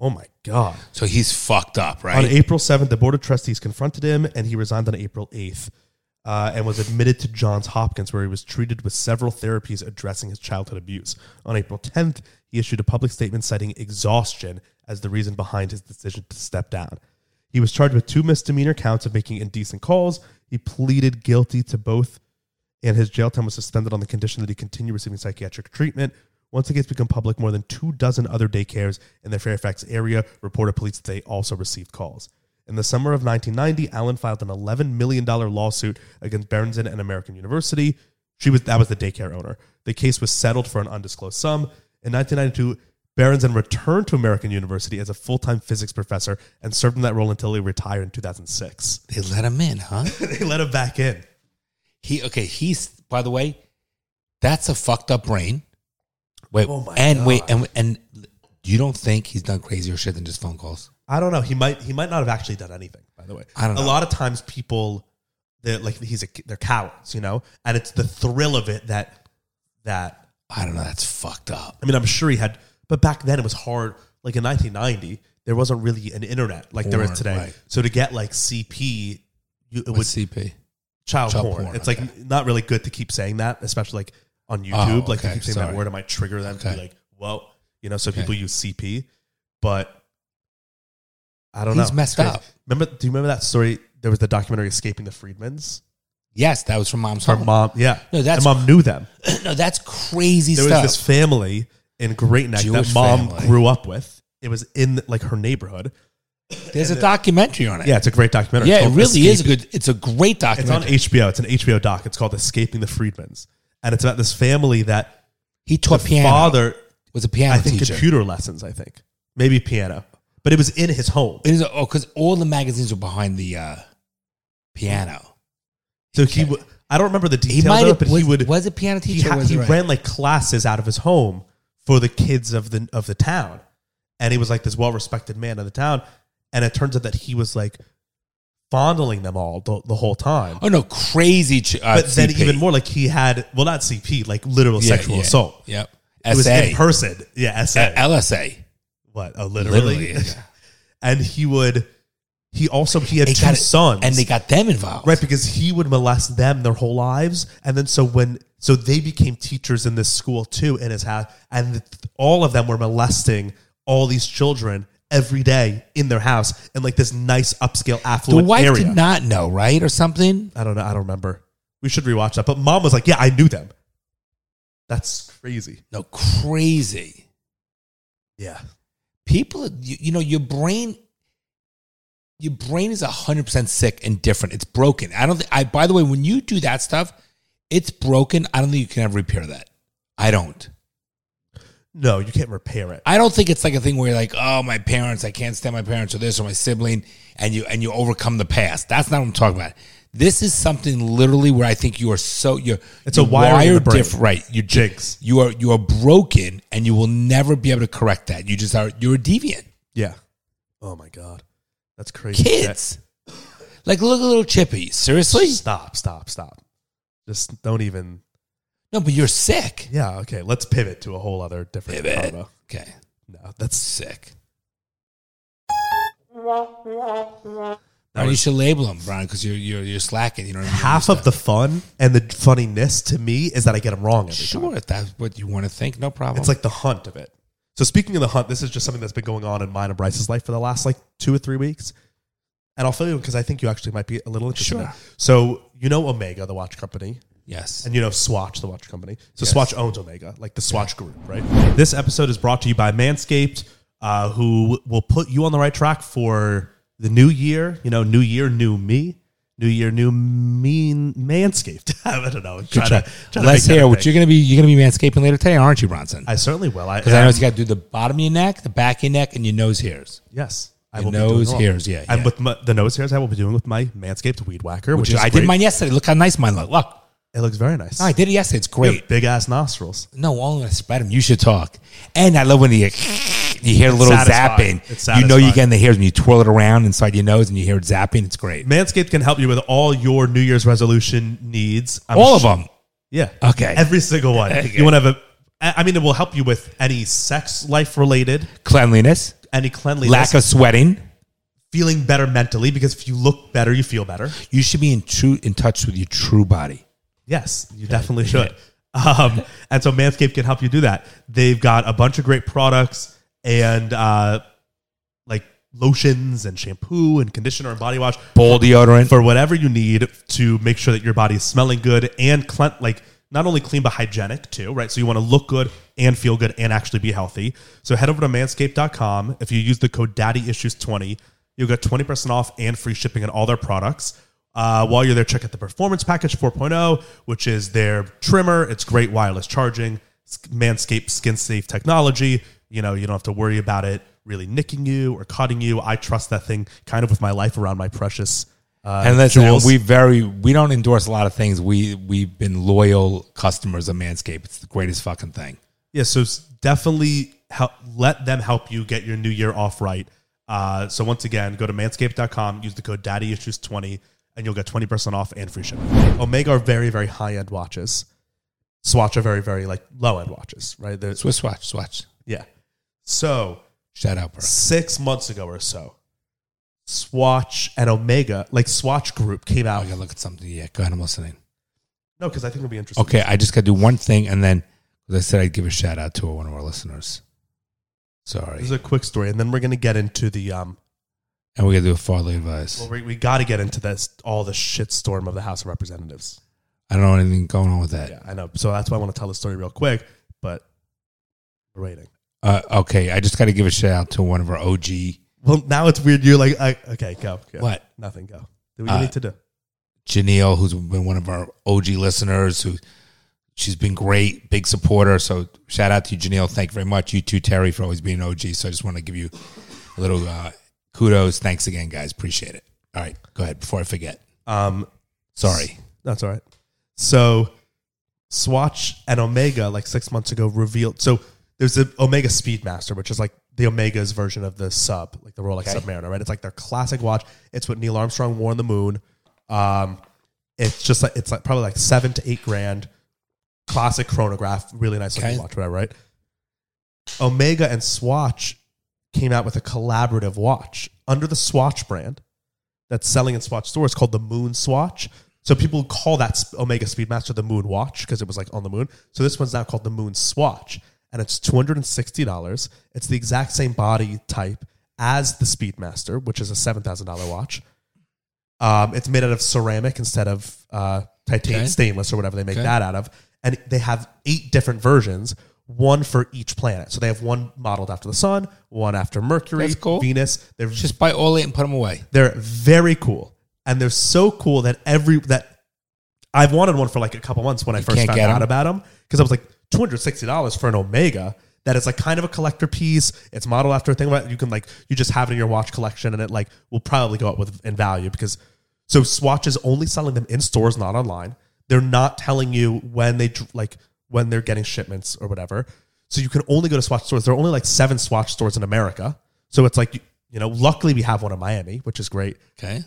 Oh my God.
So he's fucked up,
On
right?
April 7th, the Board of Trustees confronted him and he resigned on April 8th uh, and was admitted to Johns Hopkins, where he was treated with several therapies addressing his childhood abuse. On April 10th, he issued a public statement citing exhaustion as the reason behind his decision to step down. He was charged with two misdemeanor counts of making indecent calls. He pleaded guilty to both, and his jail time was suspended on the condition that he continue receiving psychiatric treatment. Once the case became public, more than two dozen other daycares in the Fairfax area reported police that they also received calls. In the summer of 1990, Allen filed an $11 million lawsuit against Berenson and American University. She was that was the daycare owner. The case was settled for an undisclosed sum. In 1992, Berenson returned to American University as a full-time physics professor and served in that role until he retired in 2006.
they let him in, huh?
they let him back in.
He okay. He's by the way, that's a fucked up brain. Wait,
Oh my
and wait,
God.
and and you don't think he's done crazier shit than just phone calls?
I don't know. He might he might not have actually done anything. By the way,
I don't
A
know.
lot of times people, they're like he's a they're cowards, you know, and it's the thrill of it that that
I don't know. That's fucked up.
I mean, I'm sure he had, but back then it was hard. Like in 1990, there wasn't really an internet like there is
Porn,
today.
right.
So to get like CP, you, it
With
was
CP,
child,
child
porn.
porn,
It's
okay. Oh,
like not really good to keep saying that, especially like on YouTube. like to
okay,
keep saying
sorry.
that word, it might trigger them to
Okay.
be like, "Well," you know. So
Okay.
people use CP, but I don't know.
He's messed
It's crazy.
up.
Remember? Do you remember that story? There was the documentary "Escaping the Freedmans."
yes, that was from mom's
Her
home.
mom, yeah,
Oh. No, that's-
her mom knew them.
no, that's crazy
There was
stuff.
this family in Great Neck
Jewish
that mom
family.
grew up with. It was in like her neighborhood.
There's a documentary on it.
Yeah, it's a great documentary.
yeah,
It's
it
called
really is a
Escaping-
good. It's a great
It's on
documentary.
HBO. It's an HBO doc. It's called "Escaping the Freedmans," and it's about this family that
he taught
the
piano.
father
was a piano
I think
teacher.
computer lessons. I think maybe piano, but it was in his home.
It is oh, because all the magazines were behind the uh, piano.
So he, w- I don't remember the
He
details
might
of it,
have
but
was,
he would.
was a piano teacher.
he ha-
or was
he
it right?
ran like classes out of his home for the kids of the of the town, and he was like this well respected man of the town. And it turns out that he was like fondling them all the, the whole time.
Oh no, crazy. Ch- uh,
but then
CP.
even more, like he had well, not CP, like literal
Yeah,
sexual
yeah.
assault.
Yep.
It was
SA.
in person. Yeah, SA.
Uh, LSA.
what? Oh,
Literally.
literally. and he would. He also he had
They
two
got it-
sons,
And they got them involved.
Right, because he would molest them their whole lives, and then so when so they became teachers in this school too in his house, and th- all of them were molesting all these children every day in their house in like this nice upscale
The
affluent
wife
area.
did not know, right? Or something.
I don't know. I don't remember. We should rewatch that. But mom was like, "Yeah, I knew them." That's crazy.
No, crazy.
Yeah,
People, you, you know, your brain. Your brain is hundred percent sick and different. It's broken. I don't. Think, I. By the way, when you do that stuff, it's broken. I don't think you can ever repair that. I don't.
No, you can't repair it.
I don't think it's like a thing where you're like, oh, my parents, I can't stand my parents or this or my sibling, and you and you overcome the past. That's not what I'm talking about. This is something literally where I think you are so you're
It's a
you're
wiring in the brain.
diff- right. You
Jigs.
you are you are broken, and you will never be able to correct that. You just are you're a deviant.
Yeah. Oh my god, that's crazy.
Kids, like look at little Chippy. Seriously,
That- stop, stop, stop. Just don't even.
no, but you're sick.
Yeah. Okay. Let's pivot to a whole other different.
Pivot.
combo.
Okay,
No, that's
sick.
That
Or you
was-
should label them, Brian, because you're you're you're slacking. You know what I mean?
half of the fun and the funniness to me is that I get them wrong every time.
Sure, if that's what you want to think, no problem.
It's like the hunt of it. So speaking of the hunt, this is just something that's been going on in mine and Bryce's life for the last like two or three weeks. And I'll fill you because I think you actually might be a little interested. in
Sure.
it. So you know Omega, the watch company,
yes,
and you know Swatch, the watch company. So
Yes.
Swatch owns Omega, like the Swatch group, right? This episode is brought to you by Manscaped, uh, who will put you on the right track for the new year. You know, new year, new me. New year, new mean Manscaped. I don't know. Try to, try to
Let's
make that
hear
a
what
thing.
you're gonna be. You're gonna be manscaping later today, aren't you, Bronson?
I certainly will. I,
Because I know you got to do the bottom of your neck, the back of your neck, and your nose hairs,
Yes. I
Your
will be doing
nose
all-
hairs, yeah,
And
yeah.
with my, the nose hairs, I will be doing with my Manscaped weed whacker, which,
which, is, I
great.
did mine yesterday. Look how nice mine look. Look,
It looks very nice.
I did it yesterday. It's
You
great.
have big ass nostrils.
No, only I spread them. You should talk. And I love when you you hear a little
satisfying. It's
zapping. You know
satisfying.
you're getting the hairs when you twirl it around inside your nose and you hear it zapping. It's great.
Manscaped can help you with all your New Year's resolution needs. I'm
All of
sure-
them.
Yeah.
Okay.
Every single one.
Okay.
You want to have a. I I mean, it will help you with any sex life related,
Cleanliness,
any cleanliness,
lack of sweating.
feeling better mentally because if you look better, you feel better.
You should be in true in touch with your true body.
Yes, you definitely should. Um, and so Manscaped can help you do that. They've got a bunch of great products and uh, like lotions and shampoo and conditioner and body wash
Ball deodorant.
for whatever you need to make sure that your body is smelling good and cle- like not only clean but hygienic too, right? So you want to look good and feel good and actually be healthy. So head over to manscaped.com. If you use the code daddyissues20, you'll get 20% off and free shipping on all their products. Uh, while you're there, check out the Performance Package 4.0, which is their trimmer. It's great wireless charging, s- Manscaped skin safe technology. You know, you don't have to worry about it really nicking you or cutting you. I trust that thing kind of with my life around my precious uh,
and listen,
jewels.
we very we don't endorse a lot of things. We we've been loyal customers of Manscaped. It's the greatest fucking thing.
Yeah, so s- definitely help, let them help you get your new year off right. Uh, so once again, go to manscaped.com, use the code daddyissues20, and you'll get 20% off and free shipping. Omega are very, very high-end watches. Swatch are very, very like low-end watches, right? They're-
Swiss watch, swatch.
yeah. So
Shout out, bro.
six months ago or so, Swatch and Omega, like Swatch Group came
I
out.
gotta look at something. Yeah, go ahead. I'm listening.
No, because I think it'll be interesting.
Okay, I just got to do one thing, and then 'cause I said I'd give a shout out to one of our listeners.
This
Sorry,
is a quick story, and then we're going to get into the um,
and we got to do a fatherly advice.
Well, we, we got to get into this all the shitstorm of the House of Representatives.
I don't know anything going on with that.
Yeah, I know. So that's why I want to tell the story real quick. But we're waiting.
Uh, okay, I just got to give a shout out to one of our OG
Well, now it's weird. You're like, I, okay, go, go.
What?
Nothing. Go. Do what you
Uh,
need to do.
Janelle, who's been one of our OG listeners. Who she's been great, big supporter. So shout out to you, Janelle. Thank you very much. You too, Terry, for always being an OG. So I just want to give you a little uh, kudos. Thanks again, guys. Appreciate it. All right, go ahead before I forget.
Um,
Sorry.
that's all right. So Swatch and Omega, like six months ago, revealed. So there's the Omega Speedmaster, which is like the Omega's version of the sub, like the Rolex
Okay.
Submariner, right? It's like their classic watch. It's what Neil Armstrong wore on the moon. Um, it's just like it's like probably like seven to eight grand. Classic chronograph, really nice looking
Okay.
watch, whatever, right? Omega and Swatch came out with a collaborative watch under the Swatch brand that's selling in Swatch stores called the Moon Swatch. So people call that sp- Omega Speedmaster the Moon Watch because it was like on the moon. So this one's now called the Moon Swatch, and it's two hundred and sixty dollars. It's the exact same body type as the Speedmaster, which is a seven thousand dollar watch. Um, it's made out of ceramic instead of uh, titanium
Okay.
stainless or whatever they make
Okay.
that out of, and they have eight different versions. One for each planet. So they have one modeled after the sun, one after Mercury,
That's cool.
Venus. They're
Just buy all eight and put them away.
they're very cool, and they're so cool that every that I've wanted one for like a couple months when I first
can't
found
get
out
'em?
about them because I was like two hundred sixty dollars for an Omega that is like kind of a collector piece. It's modeled after a thing that you can like you just have it in your watch collection and it like will probably go up with in value because so Swatch is only selling them in stores, not online. They're not telling you when they dr- like when they're getting shipments or whatever. So you can only go to Swatch stores. There are only like seven Swatch stores in America. So it's like you, you know, luckily we have one in Miami, which is great
Okay.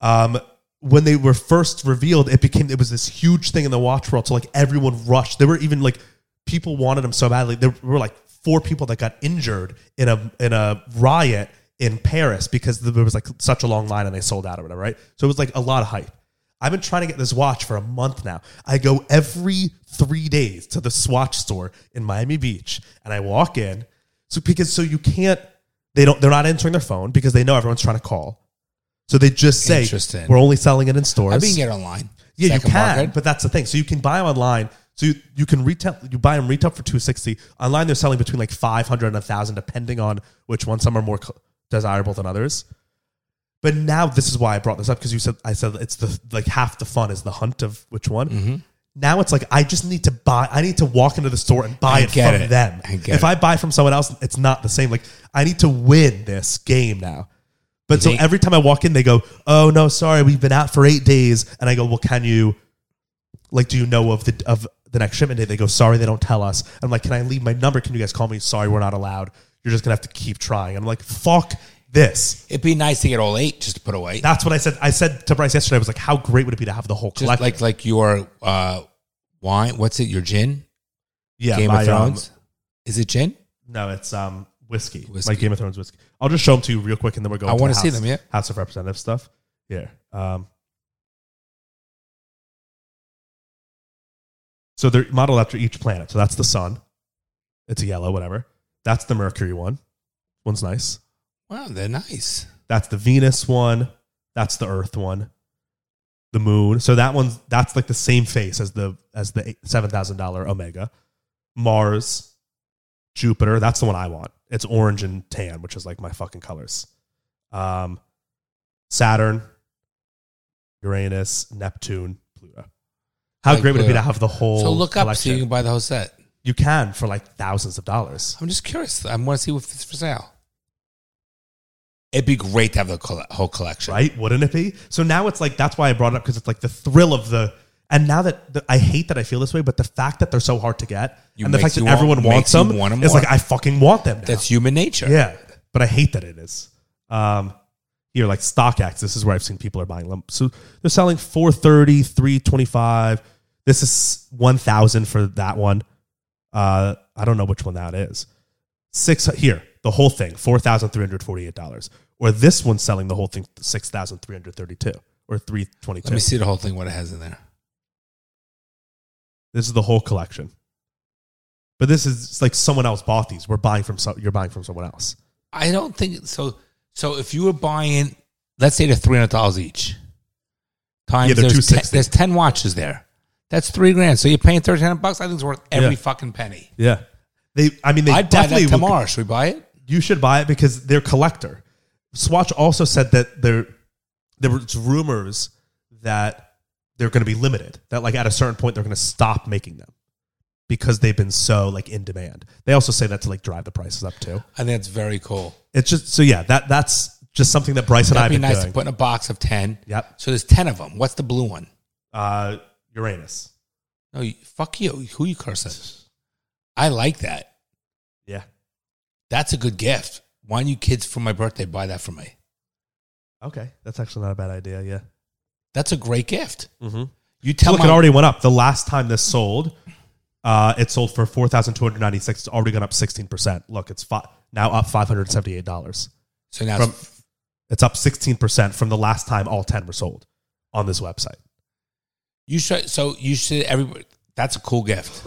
um, when they were first revealed, it became it was this huge thing in the watch world. So like everyone rushed. There were even like people wanted them so badly. There were like four people that got injured in a in a riot in Paris because there was like such a long line and they sold out or whatever. Right. So it was like a lot of hype. I've been trying to get this watch for a month now. I go every three days to the Swatch store in Miami Beach, and I walk in. So because so you can't, they don't, they're not answering their phone because they know everyone's trying to call. So they just say
Interesting.
we're only selling it in stores.
I mean, get online.
yeah, you
Second
can,
market.
but that's the thing. So you can buy them online. So you, you can retail, you buy them retail for two sixty. Online, they're selling between like five hundred and a thousand, depending on which one. Some are more co- desirable than others. But now this is why I brought this up because you said I said it's the like half the fun is the hunt of which one.
Mm-hmm.
Now it's like I just need to buy. I need to walk into the store and buy
I
it
get
from
it.
them.
I get
if I buy from someone else, it's not the same. Like I need to win this game now. But so
think-
every time I walk in, they go, "Oh no, sorry, we've been out for eight days." And I go, "Well, can you, like, do you know of the of the next shipment date?" They go, "Sorry, they don't tell us." I'm like, "Can I leave my number? Can you guys call me?" Sorry, we're not allowed. You're just gonna have to keep trying. I'm like, "Fuck this."
It'd be nice to get all eight just to put away.
That's what I said. I said to Bryce yesterday. I was like, "How great would it be to have the whole
just
collection?"
like like your uh, wine. What's it? Your gin?
yeah,
Game
my,
of
um,
Thrones. Is it gin?
no, it's um whiskey,
Whiskey.
like Game of Thrones whiskey. I'll just show them to you real quick, and then we're going.
I
to
wanna
the
see
House-
them, yeah.
House of Representatives stuff. Here. Um, so they're modeled after each planet. So that's the sun. It's a yellow, whatever. That's the Mercury one. One's nice.
Wow, they're nice.
That's the Venus one. That's the Earth one. The Moon. So that one's that's like the same face as the as the seven thousand dollar Omega. Mars, Jupiter. That's the one I want. It's orange and tan, which is like my fucking colors. Um, Saturn, Uranus, Neptune, Pluto. How
Like
great would it be
Pluto.
to have the whole?
So look up so you
collection?
can buy the whole set.
you can for like thousands of dollars.
I'm just curious. I want to see if it's for sale. It'd be great to have the coll- whole collection.
right? Wouldn't it be? So now it's like that's why I brought it up because it's like the thrill of the. And now that the, I hate that I feel this way, but the fact that they're so hard to get
You
and the
makes
fact that
you want-
everyone
makes
wants
you
them,
want 'em
it's
more.
like I fucking want them. Now.
That's human nature.
yeah, but I hate that it is. Um, here, like StockX, this is where I've seen people are buying them. So they're selling 430, 325. This is 1000 for that one. Uh, I don't know which one that is. Six here, the whole thing, four thousand three hundred forty-eight dollars. Or this one's selling the whole thing, six thousand three hundred thirty-two or three
Let me
twenty-two.
see the whole thing. What it has in there.
This is the whole collection. But this is it's like someone else bought these. We're buying from some, you're buying from someone else.
I don't think so. So if you were buying, let's say they're three hundred dollars each. Times
Yeah, they're
there's, ten,
$260.
there's ten watches there. That's three grand. So you're paying thirteen hundred bucks. I think it's worth every
Yeah.
fucking penny.
Yeah, they. I mean, they
I'd buy
definitely
that
would-
tomorrow. Should we buy it?
you should buy it because they're collector. Swatch also said that there there was rumors that they're going to be limited. That like at a certain point they're going to stop making them because they've been so like in demand. They also say that to like drive the prices up too.
I think that's very cool.
It's just so yeah that that's just something that Bryce and
That'd be
I've been
nice
doing.
to put in a box of ten.
Yep.
So there's ten of them. What's the blue one?
uh, Uranus.
No, you, fuck you. Who you cursing? I like that.
Yeah.
That's a good gift. Why don't you kids for my birthday buy that for me?
Okay, that's actually not a bad idea. Yeah.
That's a great gift.
Mm-hmm.
You tell
look,
my
it already went up. The last time this sold, uh, it sold for four thousand two hundred ninety six. It's already gone up sixteen percent. Look, it's fi- now up five hundred seventy eight dollars.
so now
From
it's
it's up sixteen percent from the last time all ten were sold on this website.
You should. So you should. Everybody. That's a cool gift.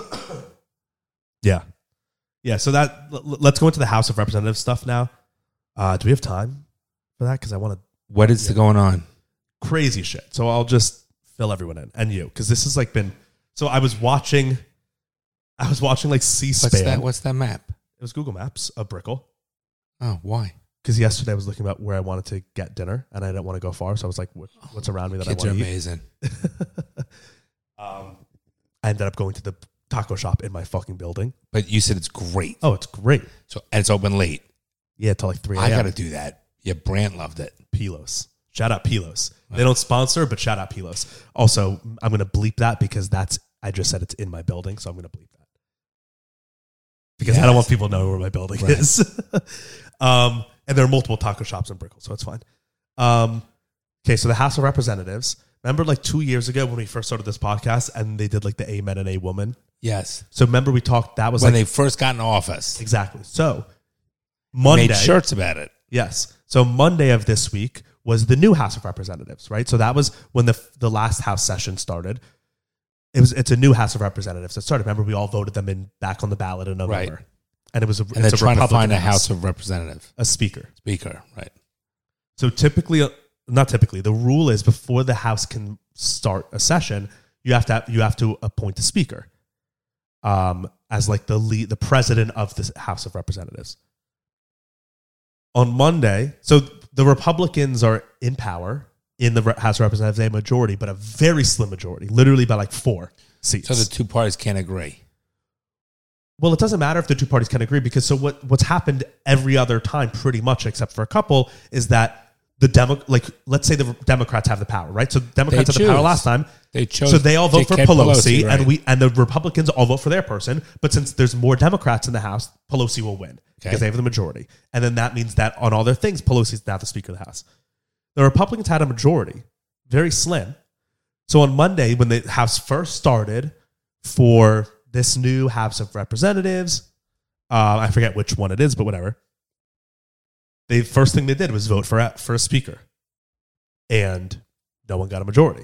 Yeah, yeah. So that l- l- let's go into the House of Representatives stuff now. Uh, do we have time for that? Because I want to
What is going on?
crazy shit. So I'll just fill everyone in and you because this has like been. So I was watching, I was watching like C
What's that?
SPAN. It
What's that map?
was Google Maps of Brickle.
Oh, why?
because yesterday I was looking about where I wanted to get dinner and I didn't want to go far. So I was like, what, what's around me that I
Kids are
want to eat?
amazing.
I ended up going to the taco shop in my fucking building.
But you said it's great.
Oh, it's great.
So and it's open late.
Yeah, till like 3 a.m.
I got to do that. Yeah, Brant loved it.
Pilos. Shout out Pilos. They don't sponsor, but shout out Pilos. Also, I'm going to bleep that because that's, I just said it's in my building. So I'm going to bleep that because I don't want people to know where my building
Right.
is. um, and there are multiple taco shops in Brickell, so it's fine. Um, okay, so the House of Representatives. Remember like two years ago when we first started this podcast and they did like the Amen and A Woman?
Yes.
So remember we talked, that was
When
like,
they first got in office,
exactly. So Monday.
made shirts about it.
Yes. So Monday of this week was the new House of Representatives, right? So that was when the the last House session started. It was it's a new House of Representatives that started. Remember, we all voted them in back on the ballot in November,
Right.
and it was a,
And
it's
they're
a
trying to
Republican
find a House of Representative
a speaker.
speaker, right?
So typically, uh, not typically, the rule is before the House can start a session, you have to you have to appoint a speaker, um, as like the lead, the president of the House of Representatives. On Monday, so the Republicans are in power in the Re- House of Representatives, a majority, but a very slim majority, literally by like four seats.
So the two parties can't agree.
Well, it doesn't matter if the two parties can agree because so what what's happened every other time, pretty much except for a couple, is that the demo like let's say the Democrats have the power, right? So Democrats had the power
choose.
last time.
They chose
so they all vote for
Dickhead
Pelosi,
right.
and we and the Republicans all vote for their person. But since there's more Democrats in the House, Pelosi will win
Okay.
because they have the majority, and then that means that on all their things, Pelosi's now the Speaker of the House. The Republicans had a majority, very slim. So on Monday, when the House first started for this new House of Representatives, uh, I forget which one it is, but whatever. The first thing they did was vote for a, for a speaker, and no one got a majority.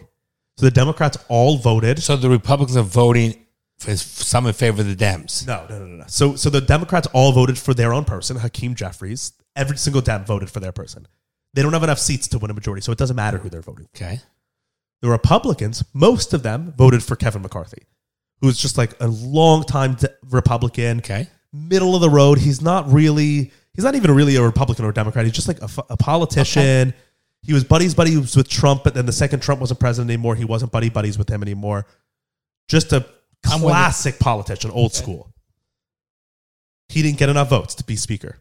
So the Democrats all voted.
So the Republicans are voting for some in favor of the Dems.
No, no, no, no, no. So, so the Democrats all voted for their own person, Hakeem Jeffries. Every single Dem voted for their person. They don't have enough seats to win a majority, so it doesn't matter who they're voting.
Okay.
The Republicans, most of them, voted for Kevin McCarthy, who's just like a longtime de- Republican,
Okay.
middle of the road. He's not really, he's not even really a Republican or Democrat. He's just like a, fu- a politician. He was buddies, buddies with Trump, but then the second Trump wasn't president anymore, he wasn't buddy buddies with him anymore. Just a
I'm with it.
classic politician, old school. He didn't get enough votes to be speaker.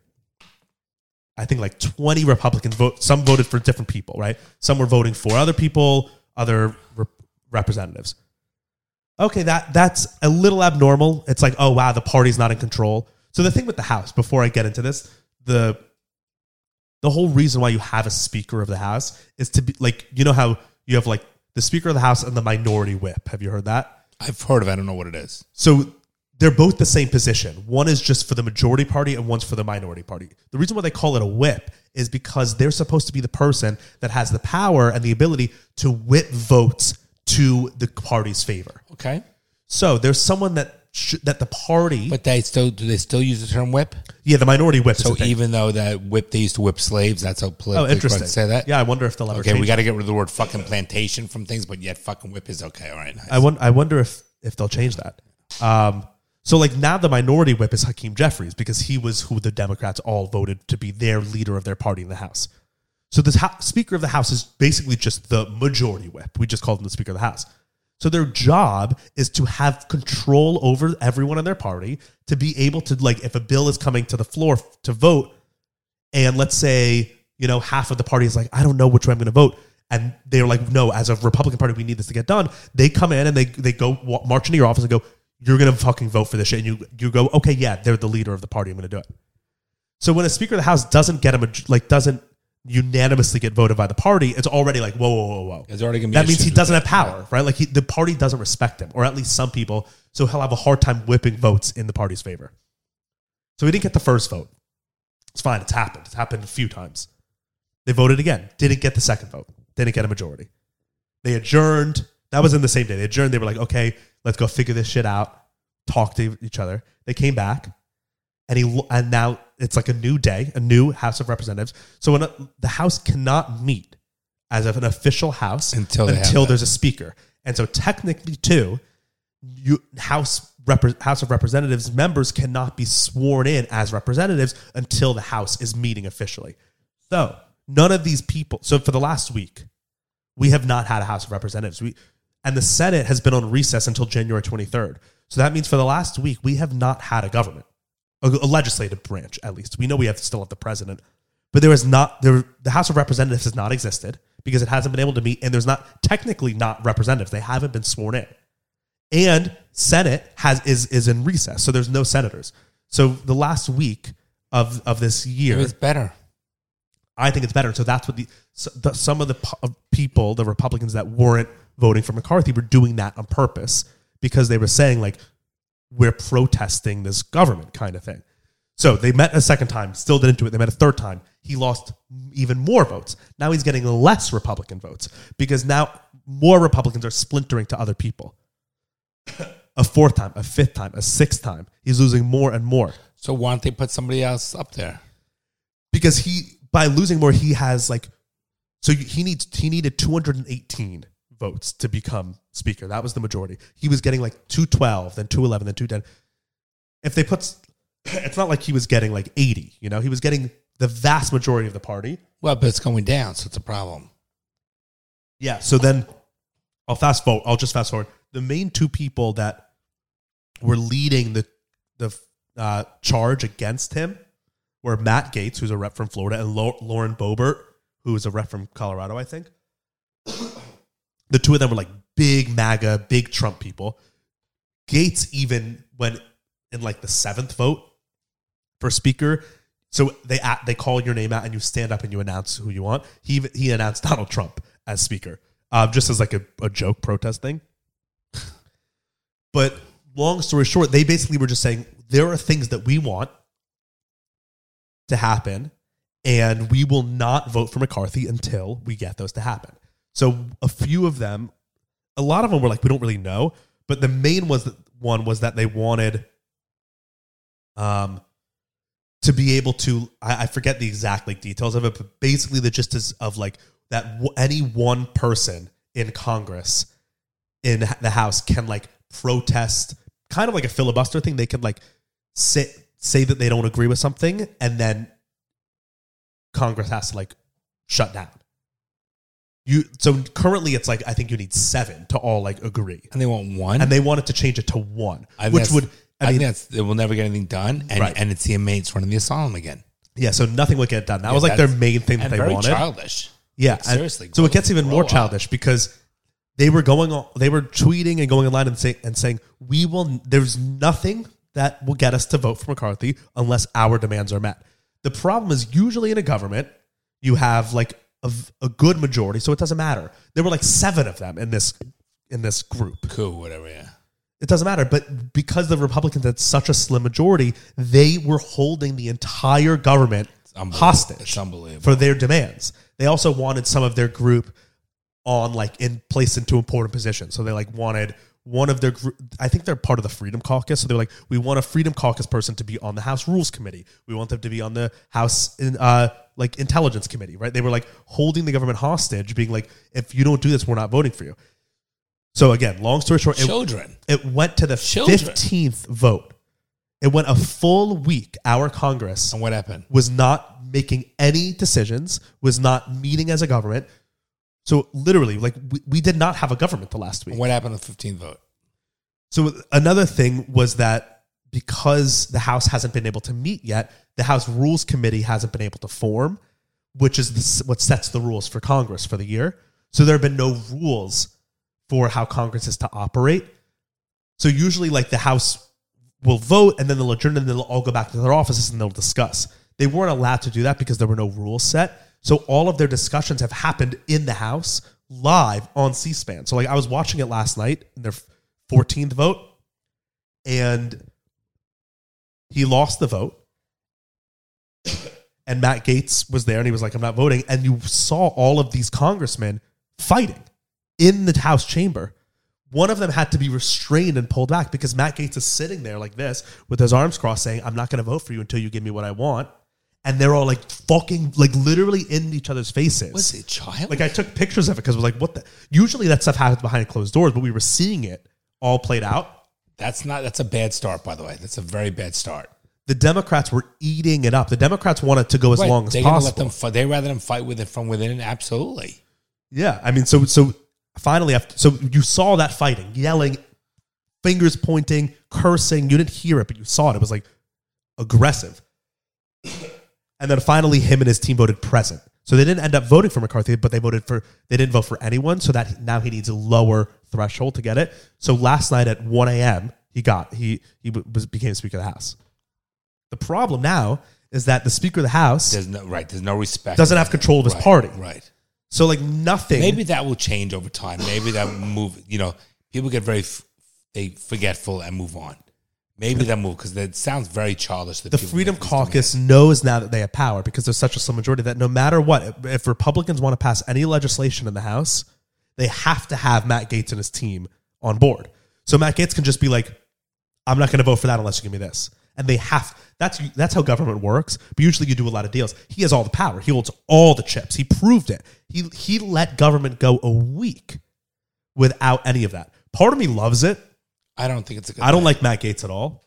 I think like 20 Republicans vote. Some voted for different people, right? Some were voting for other people, other rep- representatives. Okay, that that's a little abnormal. It's like, oh wow, the party's not in control. So the thing with the House, before I get into this, the the whole reason why you have a Speaker of the House is to be like, you know how you have like the Speaker of the House and the Minority Whip. Have you heard that?
I've heard of it. I don't know what it is.
So they're both the same position. One is just for the majority party and one's for the minority party. The reason why they call it a whip is because they're supposed to be the person that has the power and the ability to whip votes to the party's favor.
Okay.
So there's someone that sh- that the party,
But they still do they still use the term whip?
yeah, the minority whip.
So even though that whip they used to whip slaves, that's how
oh,
political
interesting.
say that.
Yeah, I wonder if they'll ever.
Okay,
change
we got to get rid of the word fucking plantation from things, but yet fucking whip is okay. All right. Nice.
I wonder, I wonder if if they'll change that. Um, so like now the minority whip is Hakeem Jeffries because he was who the Democrats all voted to be their leader of their party in the House. So the Speaker of the House is basically just the majority whip. We just call them the Speaker of the House. So their job is to have control over everyone in their party to be able to like if a bill is coming to the floor f- to vote, and let's say you know half of the party is like i don't know which way i'm going to vote and they're like no as a republican party we need this to get done they come in and they they go wa- march into your office and go you're going to fucking vote for this shit and you you go okay yeah they're the leader of the party i'm going to do it so when a speaker of the house doesn't get a maj- like doesn't unanimously get voted by the party it's already like whoa whoa whoa whoa
There's already gonna be
that means
issues
he
with
doesn't have power right like he, the party doesn't respect him or at least some people so he'll have a hard time whipping votes in the party's favor so he didn't get the first vote it's fine. It's happened. It's happened a few times. They voted again. Didn't get the second vote. Didn't get a majority. They adjourned. That was in the same day. They adjourned. They were like, okay, let's go figure this shit out. Talk to each other. They came back, and he and now it's like a new day, a new House of Representatives. So when the House cannot meet as of an official House
Until they have
until
that.
there's a speaker, and so technically too, you House Repre- House of Representatives members cannot be sworn in as representatives until the House is meeting officially. So none of these people. So for the last week, we have not had a House of Representatives. We and the Senate has been on recess until January 23rd. So that means for the last week, we have not had a government, a, a legislative branch at least. We know we have still have the president, but there is not there. The House of Representatives has not existed because it hasn't been able to meet, and there's not technically not representatives. They haven't been sworn in, and Senate has is is in recess, so there's no senators. So the last week of of this year,
It was better.
I think it's better. So that's what the, so the some of the po- of people, the Republicans that weren't voting for McCarthy, were doing that on purpose because they were saying like we're protesting this government kind of thing. So they met a second time, still didn't do it. They met a third time. He lost even more votes. Now he's getting less Republican votes because now more Republicans are splintering to other people. a fourth time, a fifth time, a sixth time. He's losing more and more
So why don't they put somebody else up there?
because he by losing more he has like so he needs he needed 218 votes to become speaker that was the majority he was getting like 212 then 211 then 210 if they put s- it's not like he was getting like 80 you know he was getting the vast majority of the party
Well, but it's going down, so it's a problem.
yeah so then i'll fast forward i'll just fast forward the main two people that were leading the the uh, charge against him were Matt Gates, who's a rep from Florida, and Lau- Lauren Boebert, who is a rep from Colorado, I think. the two of them were like big MAGA, big Trump people. Gates even went in like the seventh vote for speaker. So they at, they call your name out and you stand up and you announce who you want. He even- he announced Donald Trump as speaker, um, just as like a, a joke protest thing. But long story short, they basically were just saying there are things that we want to happen, and we will not vote for McCarthy until we get those to happen. So a few of them, a lot of them were like, we don't really know. But the main was that one was that they wanted um to be able to I, I forget the exact like details of it, but basically the gist is of like that w- any one person in Congress in h- the House can like protest, kind of like a filibuster thing. They can like say say that they don't agree with something, and then Congress has to like shut down. You so currently it's like I think you need seven to all like agree,
And they want one.
and they wanted to change it to one,
I think
which
that's-
would
I,
I mean
think that's they will never get anything done, and
Right.
and it's the inmates running the asylum again.
yeah. So nothing would get done. That
Yeah,
was like their
that's-
main thing that
And
they
very
wanted.
childish.
Yeah,
Like,
and
seriously,
So
grow-
it gets even more
grow up.
childish because they were going on, they were tweeting and going online and saying and saying we will. There's nothing that will get us to vote for McCarthy unless our demands are met. The problem is usually in a government you have like a, a good majority, so it doesn't matter. There were like seven of them in this in this group
Cool, whatever. Yeah.
it doesn't matter. But because the Republicans had such a slim majority, they were holding the entire government
unbelievable.
hostage
It's unbelievable.
for their demands. They also wanted some of their group on like in place into important positions. So they like wanted one of their group. I think they're part of the Freedom Caucus. So they're like, we want a Freedom Caucus person to be on the House Rules Committee. We want them to be on the House in, uh, like Intelligence Committee. Right? They were like holding the government hostage, being like, if you don't do this, we're not voting for you. So again, long story short, it,
Children.
it went to the
Children.
15th vote. It went a full week. Our Congress
And what happened?
was not making any decisions, was not meeting as a government. So literally, like we, we did not have a government the last
And
week.
what happened on the 15th vote?
So another thing was that because the House hasn't been able to meet yet, the House Rules Committee hasn't been able to form, which is the, what sets the rules for Congress for the year. So there have been no rules for how Congress is to operate. So usually, like the House will vote, and then they'll adjourn, and then they'll all go back to their offices and they'll discuss. They weren't allowed to do that because there were no rules set. So all of their discussions have happened in the House live on C-SPAN. So like I was watching it last night in their 14th vote, and he lost the vote. And Matt Gates was there, and he was like, "I'm not voting." And you saw all of these congressmen fighting in the House chamber one of them had to be restrained and pulled back because Matt Gates is sitting there like this with his arms crossed saying, I'm not going to vote for you until you give me what I want. And they're all like fucking, like literally in each other's faces.
Was it child?
Like I took pictures of it because I was like, what the? Usually that stuff happens behind closed doors, but we were seeing it all played out.
That's not. That's a bad start, by the way. That's a very bad start.
The Democrats were eating it up. The Democrats wanted to go as
Right.
long as
They're
possible.
gonna let them. Fight. They rather them fight with it from within. Absolutely.
Yeah, I mean, so so finally, after so you saw that fighting, yelling, fingers pointing, cursing. You didn't hear it, but you saw it. It was like aggressive. And then finally, him and his team voted present. So they didn't end up voting for McCarthy, but they voted for they didn't vote for anyone. So that now he needs a lower threshold to get it. So last night at one a.m., he got he he was became Speaker of the House. The problem now is that the Speaker of the House
There's no right. There's no respect.
doesn't have control of his
Right,
party.
Right.
So like nothing.
Maybe that will change over time. Maybe that will move. You know, people get very f- they forgetful and move on. Maybe that move because that sounds very childish. That
the
people
Freedom
make these demands.
Caucus knows now that they have power because there's such a slim majority that no matter what, if Republicans want to pass any legislation in the House, they have to have Matt Gates and his team on board. So Matt Gates can just be like, "I'm not going to vote for that unless you give me this," and they have. That's that's how government works. But usually, you do a lot of deals. He has all the power. He holds all the chips. He proved it. He he let government go a week without any of that. Part of me loves it.
I don't think it's a good.
I don't
thing.
like Matt Gates at all,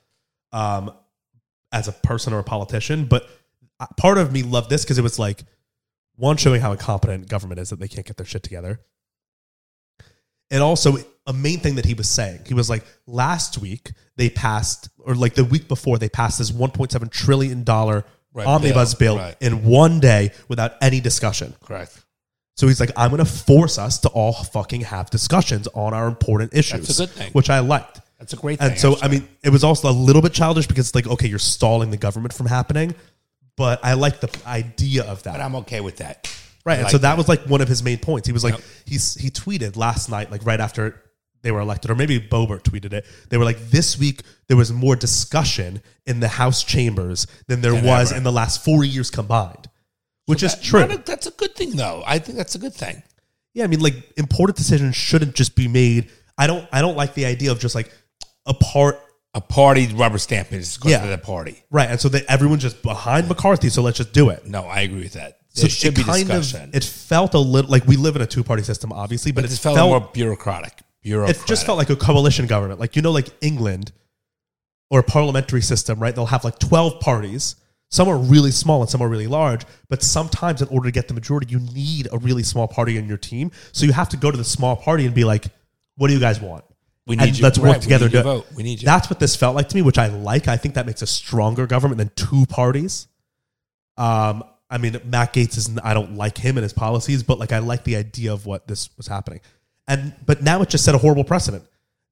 um, as a person or a politician. But I- part of me loved this because it was like one showing how incompetent government is that they can't get their shit together, and also a main thing that he was saying. He was like, last week they passed, or like the week before they passed this 1.7 trillion dollar
Right,
omnibus bill,
bill, right.
in one day without any discussion.
correct.
So he's like, I'm going to force us to all fucking have discussions on our important issues,
good thing.
which I liked.
That's a great thing.
And so,
actually.
I mean, it was also a little bit childish because it's like, okay, you're stalling the government from happening, but I like the idea of
but
that.
I'm okay with that.
Right.
I
and
like
so that, was like one of his main points. He was like,
Yep.
he's, he tweeted last night, like right after they were elected, or maybe Bobert tweeted it. They were like, this week there was more discussion in the House chambers than there
Than
was
ever.
in the last four years combined, which is
That-
true.
not a- that's a good thing, though. I think that's a good thing.
Yeah, I mean, like important decisions shouldn't just be made. I don't. I don't like the idea of just like a part.
A party rubber stamping is good
Yeah.
for the party.
Right, and so that everyone's just behind McCarthy. So let's just do it.
No, I agree with that.
So
There should be discussion.
of it felt a little like we live in a two party system, obviously, but,
it
it
just
felt,
felt, more bureaucratic. Bureaucratic.
it just felt like a coalition government, like you know, like England or a parliamentary system, right? They'll have like twelve parties. Some are really small and some are really large, but sometimes in order to get the majority, you need a really small party in your team. So you have to go to the small party and be like, "What do you guys want?"
we
and
you-
let's
right,
work together.
We need
to
your vote. We need you.
That's what this felt like to me, which I like. I think that makes a stronger government than two parties. Um, I mean, Matt Gates is. I don't like him and his policies, but like I like the idea of what this was happening. And but now it just set a horrible precedent.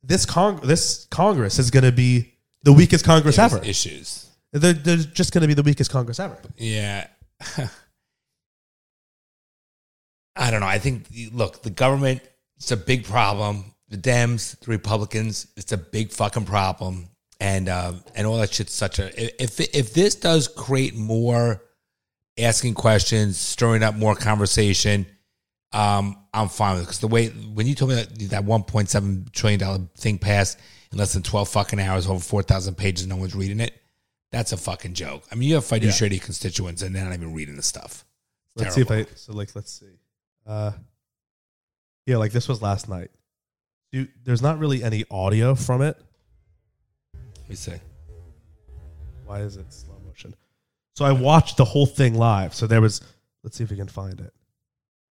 This con this Congress is going to be the weakest Congress
There's
ever.
issues.
They're, they're just going to be the weakest Congress ever.
Yeah. I don't know. I think, look, the government, it's a big problem. The Dems, the Republicans, it's a big fucking problem. And, um, and all that shit's such a. If, if this does create more asking questions, stirring up more conversation, um, I'm fine with it. Because the way, when you told me that, that $1.7 trillion thing passed in less than 12 fucking hours, over 4,000 pages, no one's reading it, that's a fucking joke. I mean, you have fiduciary constituents and they're not even reading the stuff.
Let's see if
Terrible.
I so like let's see. Uh yeah, like this was last night. You, there's not really any audio from it.
Let me see.
Why is it slow motion? So I watched the whole thing live. So there was. Let's see if we can find it.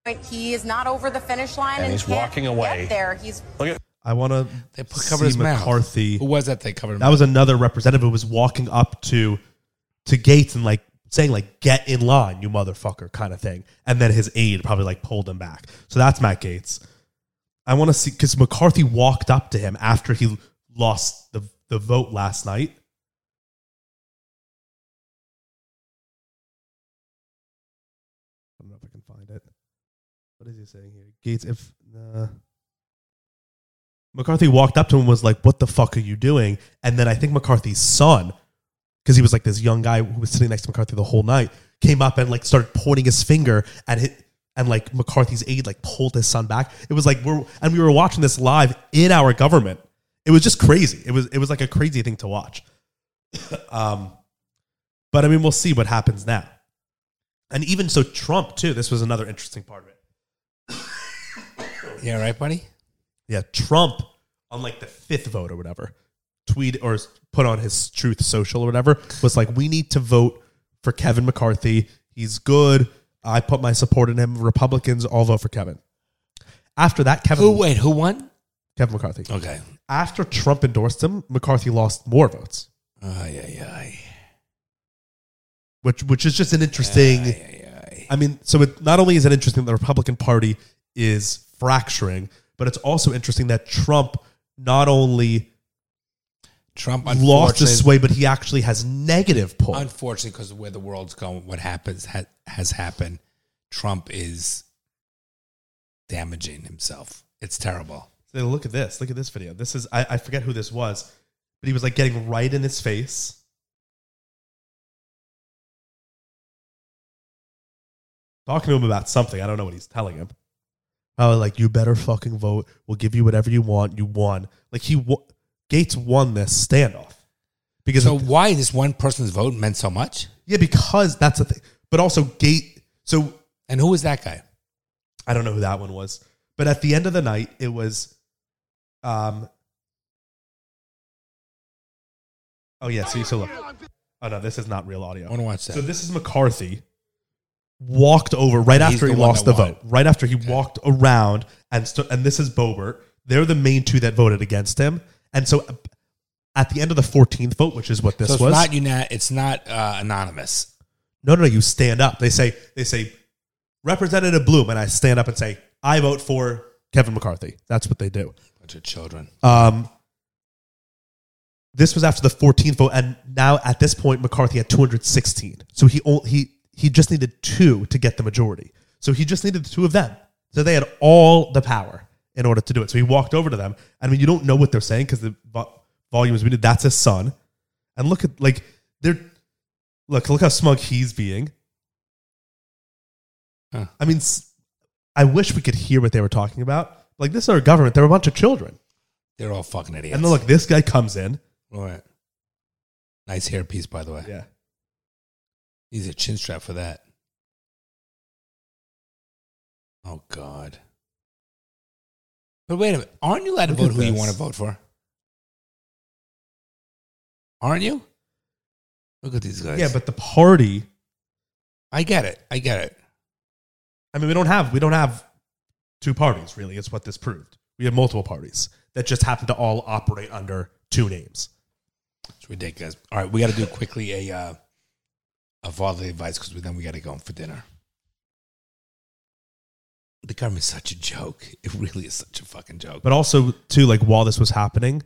But he is not over the finish line, and,
he's
can't
walking away.
Get there, he's
I want to.
They put, covered his
McCarthy.
mouth. Who was that they covered him?
That was another representative who was walking up to to Gates and like saying like "Get in line, you motherfucker" kind of thing. And then his aide probably like pulled him back. So that's Matt Gates. I want to see because McCarthy walked up to him after he lost the the vote last night. I don't know if I can find it. What is he saying here? Gates, if uh, McCarthy walked up to him and was like, "What the fuck are you doing?" And then I think McCarthy's son, because he was like this young guy who was sitting next to McCarthy the whole night, came up and like started pointing his finger at hit and like McCarthy's aide like pulled his son back. It was like we're and we were watching this live in our government. It was just crazy. It was it was like a crazy thing to watch. um, but I mean, we'll see what happens now. And even so, Trump too. This was another interesting part of it.
yeah, right, buddy?
Yeah, Trump on like the fifth vote or whatever tweet or put on his Truth Social or whatever was like, we need to vote for Kevin McCarthy. He's good. I put my support in him. Republicans all vote for Kevin. After that, Kevin
Who wait? Who won?
Kevin McCarthy.
Okay.
After Trump endorsed him, McCarthy lost more votes,
Ay, ay, ay.
which which is just an interesting. I mean, so it not only is it interesting that the Republican Party is fracturing, but it's also interesting that Trump not only
Trump
lost
unfortunately-
his sway, but he actually has negative pull.
unfortunately, because of where the world's going, what happens ha- has happened. Trump is damaging himself. It's terrible.
So look at this. Look at this video. This is I, I forget who this was, but he was like getting right in his face. Talking to him about something. I don't know what he's telling him. Oh, like you better fucking vote. We'll give you whatever you want. You won. Like he wa- Gates won this standoff because
So why this one person's vote meant so much?
yeah, because that's the thing. But also Gate. So
And who was that guy?
I don't know who that one was. But at the end of the night, it was um Oh yeah, see so look. Oh no, this is not real audio.
I want to watch that.
So this is McCarthy walked over right
He's
after he
the one
lost the
that won.
vote. Right after he walked around and st- and this is Bobert. They're the main two that voted against him. And so uh, at the end of the 14th vote, which is what this
so it's
was.
not uni- It's not uh, anonymous.
no, no, no, you stand up. They say they say Representative Bloom and I stand up and say I vote for Kevin McCarthy. That's what they do.
Bunch of children.
Um, this was after the 14th vote, and now at this point, McCarthy had 216. So he o- he he just needed two to get the majority. So he just needed the two of them. So they had all the power in order to do it. So he walked over to them. I mean, you don't know what they're saying because the vo- volume is muted. That's his son, and look at like they're look look how smug he's being.
Huh.
I mean, s- I wish we could hear what they were talking about. Like this is our government. They're a bunch of children.
They're all fucking idiots.
And then look, this guy comes in.
All right. Nice hairpiece, by the way.
Yeah.
He's a chin strap for that. Oh God. But wait a minute. Aren't you allowed to
Look at
vote who you
this.
want to vote for? Aren't you? Look at these guys.
Yeah, but the party.
I get it. I get it.
I mean, we don't have we don't have two parties really. Is what this proved. We have multiple parties that just happen to all operate under two names.
It's ridiculous. All right, we got to do quickly a uh, a fatherly advice because then we got to go for dinner. The government's such a joke. It really is such a fucking joke.
But also too, like while this was happening,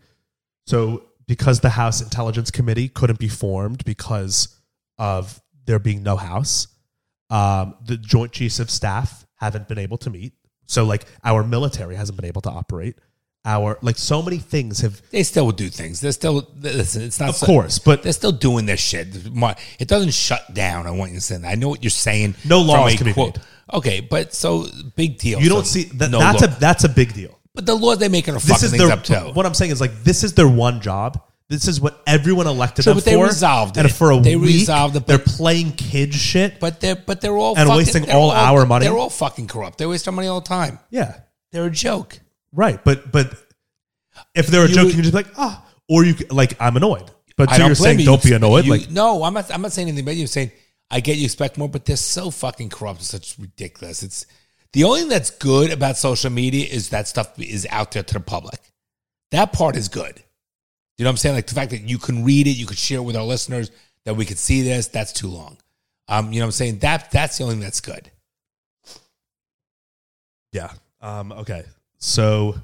so because the House Intelligence Committee couldn't be formed because of there being no House, um, the Joint Chiefs of Staff haven't been able to meet. So like our military hasn't been able to operate. Our like so many things have
they still do things. They're still listen. It's not
Of course, but-
they're still doing their shit. My- It doesn't shut down. I want you to say that. I know what you're saying.
No laws
from a
can be
quote.
made.
Okay, but so big deal.
You don't
So
see that,
no
that's
law.
a that's a big deal.
but the laws they making are
This
fucking
is
things
their
up too.
what I'm saying is like this is their one job. This is what everyone elected
Sure,
them
but they
for.
resolved
and
it.
for a
They
week,
resolved it,
they're
but-
playing kid shit.
but they're but they're all
And
fucking,
wasting
they're
all our money?
They're all fucking corrupt. They waste our money all the time.
yeah,
They're a joke.
right. But but if they're a
You-
joke, you can just be like ah, or you c- like I'm annoyed. But
I
so
don't
you're
blame
saying
you.
don't be annoyed.
You-
like
no, I'm not. I'm not saying anything. But you're saying I get you expect more, but they're so fucking corrupt. It's such ridiculous. It's the only thing that's good about social media is that stuff is out there to the public. That part is good. You know what I'm saying? Like the fact that you can read it, you could share it with our listeners, that we could see this. That's too long. Um, you know what I'm saying? That that's the only thing that's good.
yeah. Um. Okay. So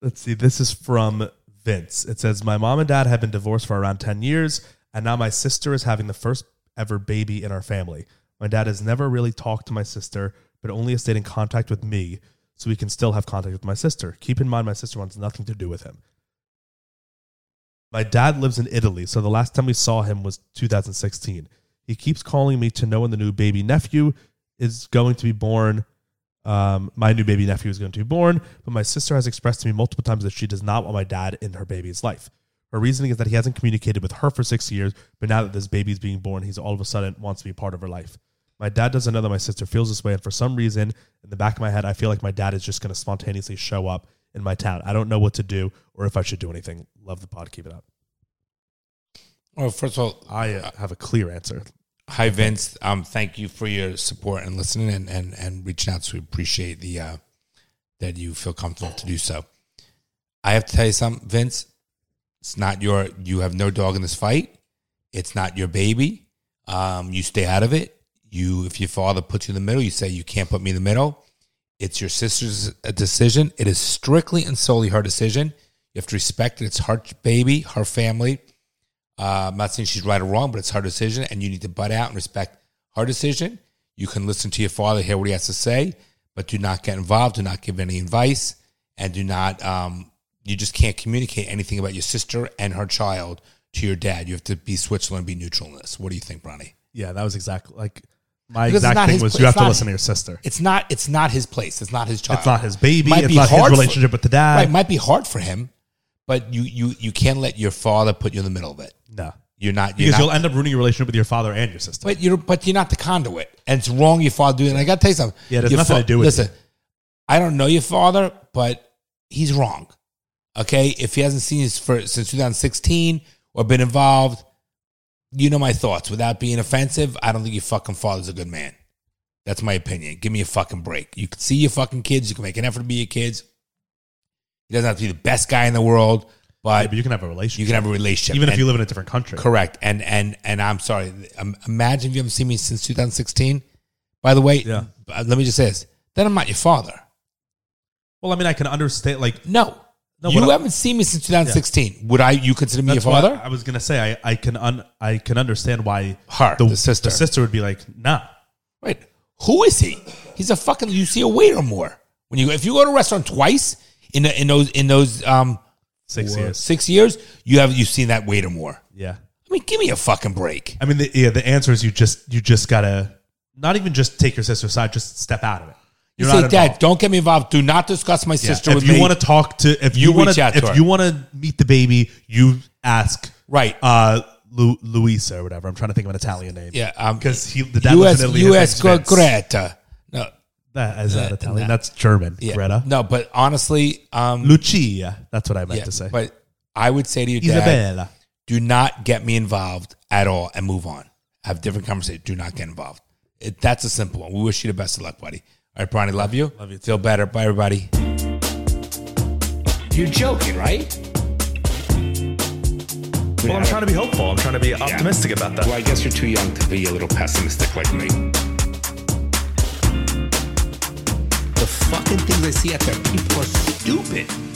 let's see. This is from Vince. It says my mom and dad have been divorced for around ten years, and now my sister is having the first ever baby in our family. My dad has never really talked to my sister, but only has stayed in contact with me, so we can still have contact with my sister. Keep in mind, my sister wants nothing to do with him. My dad lives in Italy, so the last time we saw him was 2016. He keeps calling me to know when the new baby nephew is going to be born. Um, my new baby nephew is going to be born, but my sister has expressed to me multiple times that she does not want my dad in her baby's life. Her reasoning is that he hasn't communicated with her for six years, but now that this baby is being born, he's all of a sudden wants to be part of her life. My dad doesn't know that my sister feels this way, and for some reason, in the back of my head, I feel like my dad is just going to spontaneously show up in my town. I don't know what to do or if I should do anything. Love the pod. Keep it up.
Well, first of all,
I uh, have a clear answer.
hi Vince. Um, thank you for your support and listening and and and reaching out. So we appreciate the uh, that you feel comfortable to do so. I have to tell you something, Vince. It's not your. You have no dog in this fight. It's not your baby. Um, you stay out of it. You, if your father puts you in the middle, you say you can't put me in the middle. It's your sister's uh, decision. It is strictly and solely her decision. You have to respect it. It's her baby, her family. Uh, I'm not saying she's right or wrong, but it's her decision, and you need to butt out and respect her decision. You can listen to your father, hear what he has to say, but do not get involved. Do not give any advice, and do not. Um, you just can't communicate anything about your sister and her child to your dad. You have to be Switzerland, be neutral in this. What do you think, Bronny?
Yeah, that was exactly like my
Because it's not
exact thing
his
was
pla-
you have
it's
to
not-
listen to your sister.
It's not. It's not his place. It's not his child.
It's not his baby.
Might
It's
be
not his
hard for-
relationship with the dad.
Right, it might be hard for him, but you you you can't let your father put you in the middle of it.
No.
You're not. You're
Because
not,
you'll end up ruining your relationship with your father and your sister.
But you're but you're not the conduit, and it's wrong your father doing. And I got to tell you something.
Yeah, it has
Your
nothing to do with
Listen, I don't know your father, but he's wrong. Okay, if he hasn't seen his for since 2016 or been involved, you know my thoughts. Without being offensive, I don't think your fucking father's a good man. That's my opinion. Give me a fucking break. You can see your fucking kids. You can make an effort to be your kids. He doesn't have to be the best guy in the world,
Yeah,
but
but you can have a relationship.
you can have a relationship.
even if
And-
you live in a different country.
Correct. And and and I'm sorry. Um, imagine if you haven't seen me since 2016. By the way,
Yeah.
uh, let me just say this. Then I'm not your father.
Well, I mean, I can understand. Like
No.
No,
you
what I-
haven't seen me since 2016. Would I you consider me your
that's why
father?
I was gonna say I, I can un, I can understand why
Her, the sister.
would be like, nah.
Right. Who is he? He's a fucking you see a waiter more. When you if you go to a restaurant twice in the, in those in those um
Six
four-
years.
six years, you have you've seen that waiter more.
Yeah.
I mean, give me a fucking break.
I mean, the, yeah. The answer is you just you just gotta not even just take your sister's side, just step out of it.
You
You're
say,
not
Dad,
involved."
don't get me involved. Do not discuss my
Yeah.
sister
If
with
you
me.
want to talk to, if
You
you, want
reach
to,
out to her.
if you want to meet the baby, you ask
Right.
uh, Lu, Luisa or whatever. I'm trying to think of an Italian name.
yeah, um,
because he the dad
U.S.
lives in Italy. his
U.S.
name's Vince.
Greta. No,
That is not Italian. That's German.
yeah,
Greta.
No, but honestly, um,
Lucia. That's what I meant
yeah,
to say.
But I would say to your dad,
Isabella.
do not get me involved at all, and move on. Have different conversations. Do not get involved. It, that's a simple one. We wish you the best of luck, buddy. All right, Bronny, love you. Love you. Feel better. Bye, everybody. You're joking, right?
Well, I'm trying to be hopeful. I'm trying to be optimistic about that.
Well, I guess you're too young to be a little pessimistic like me.
The fucking things I see out there, people are stupid.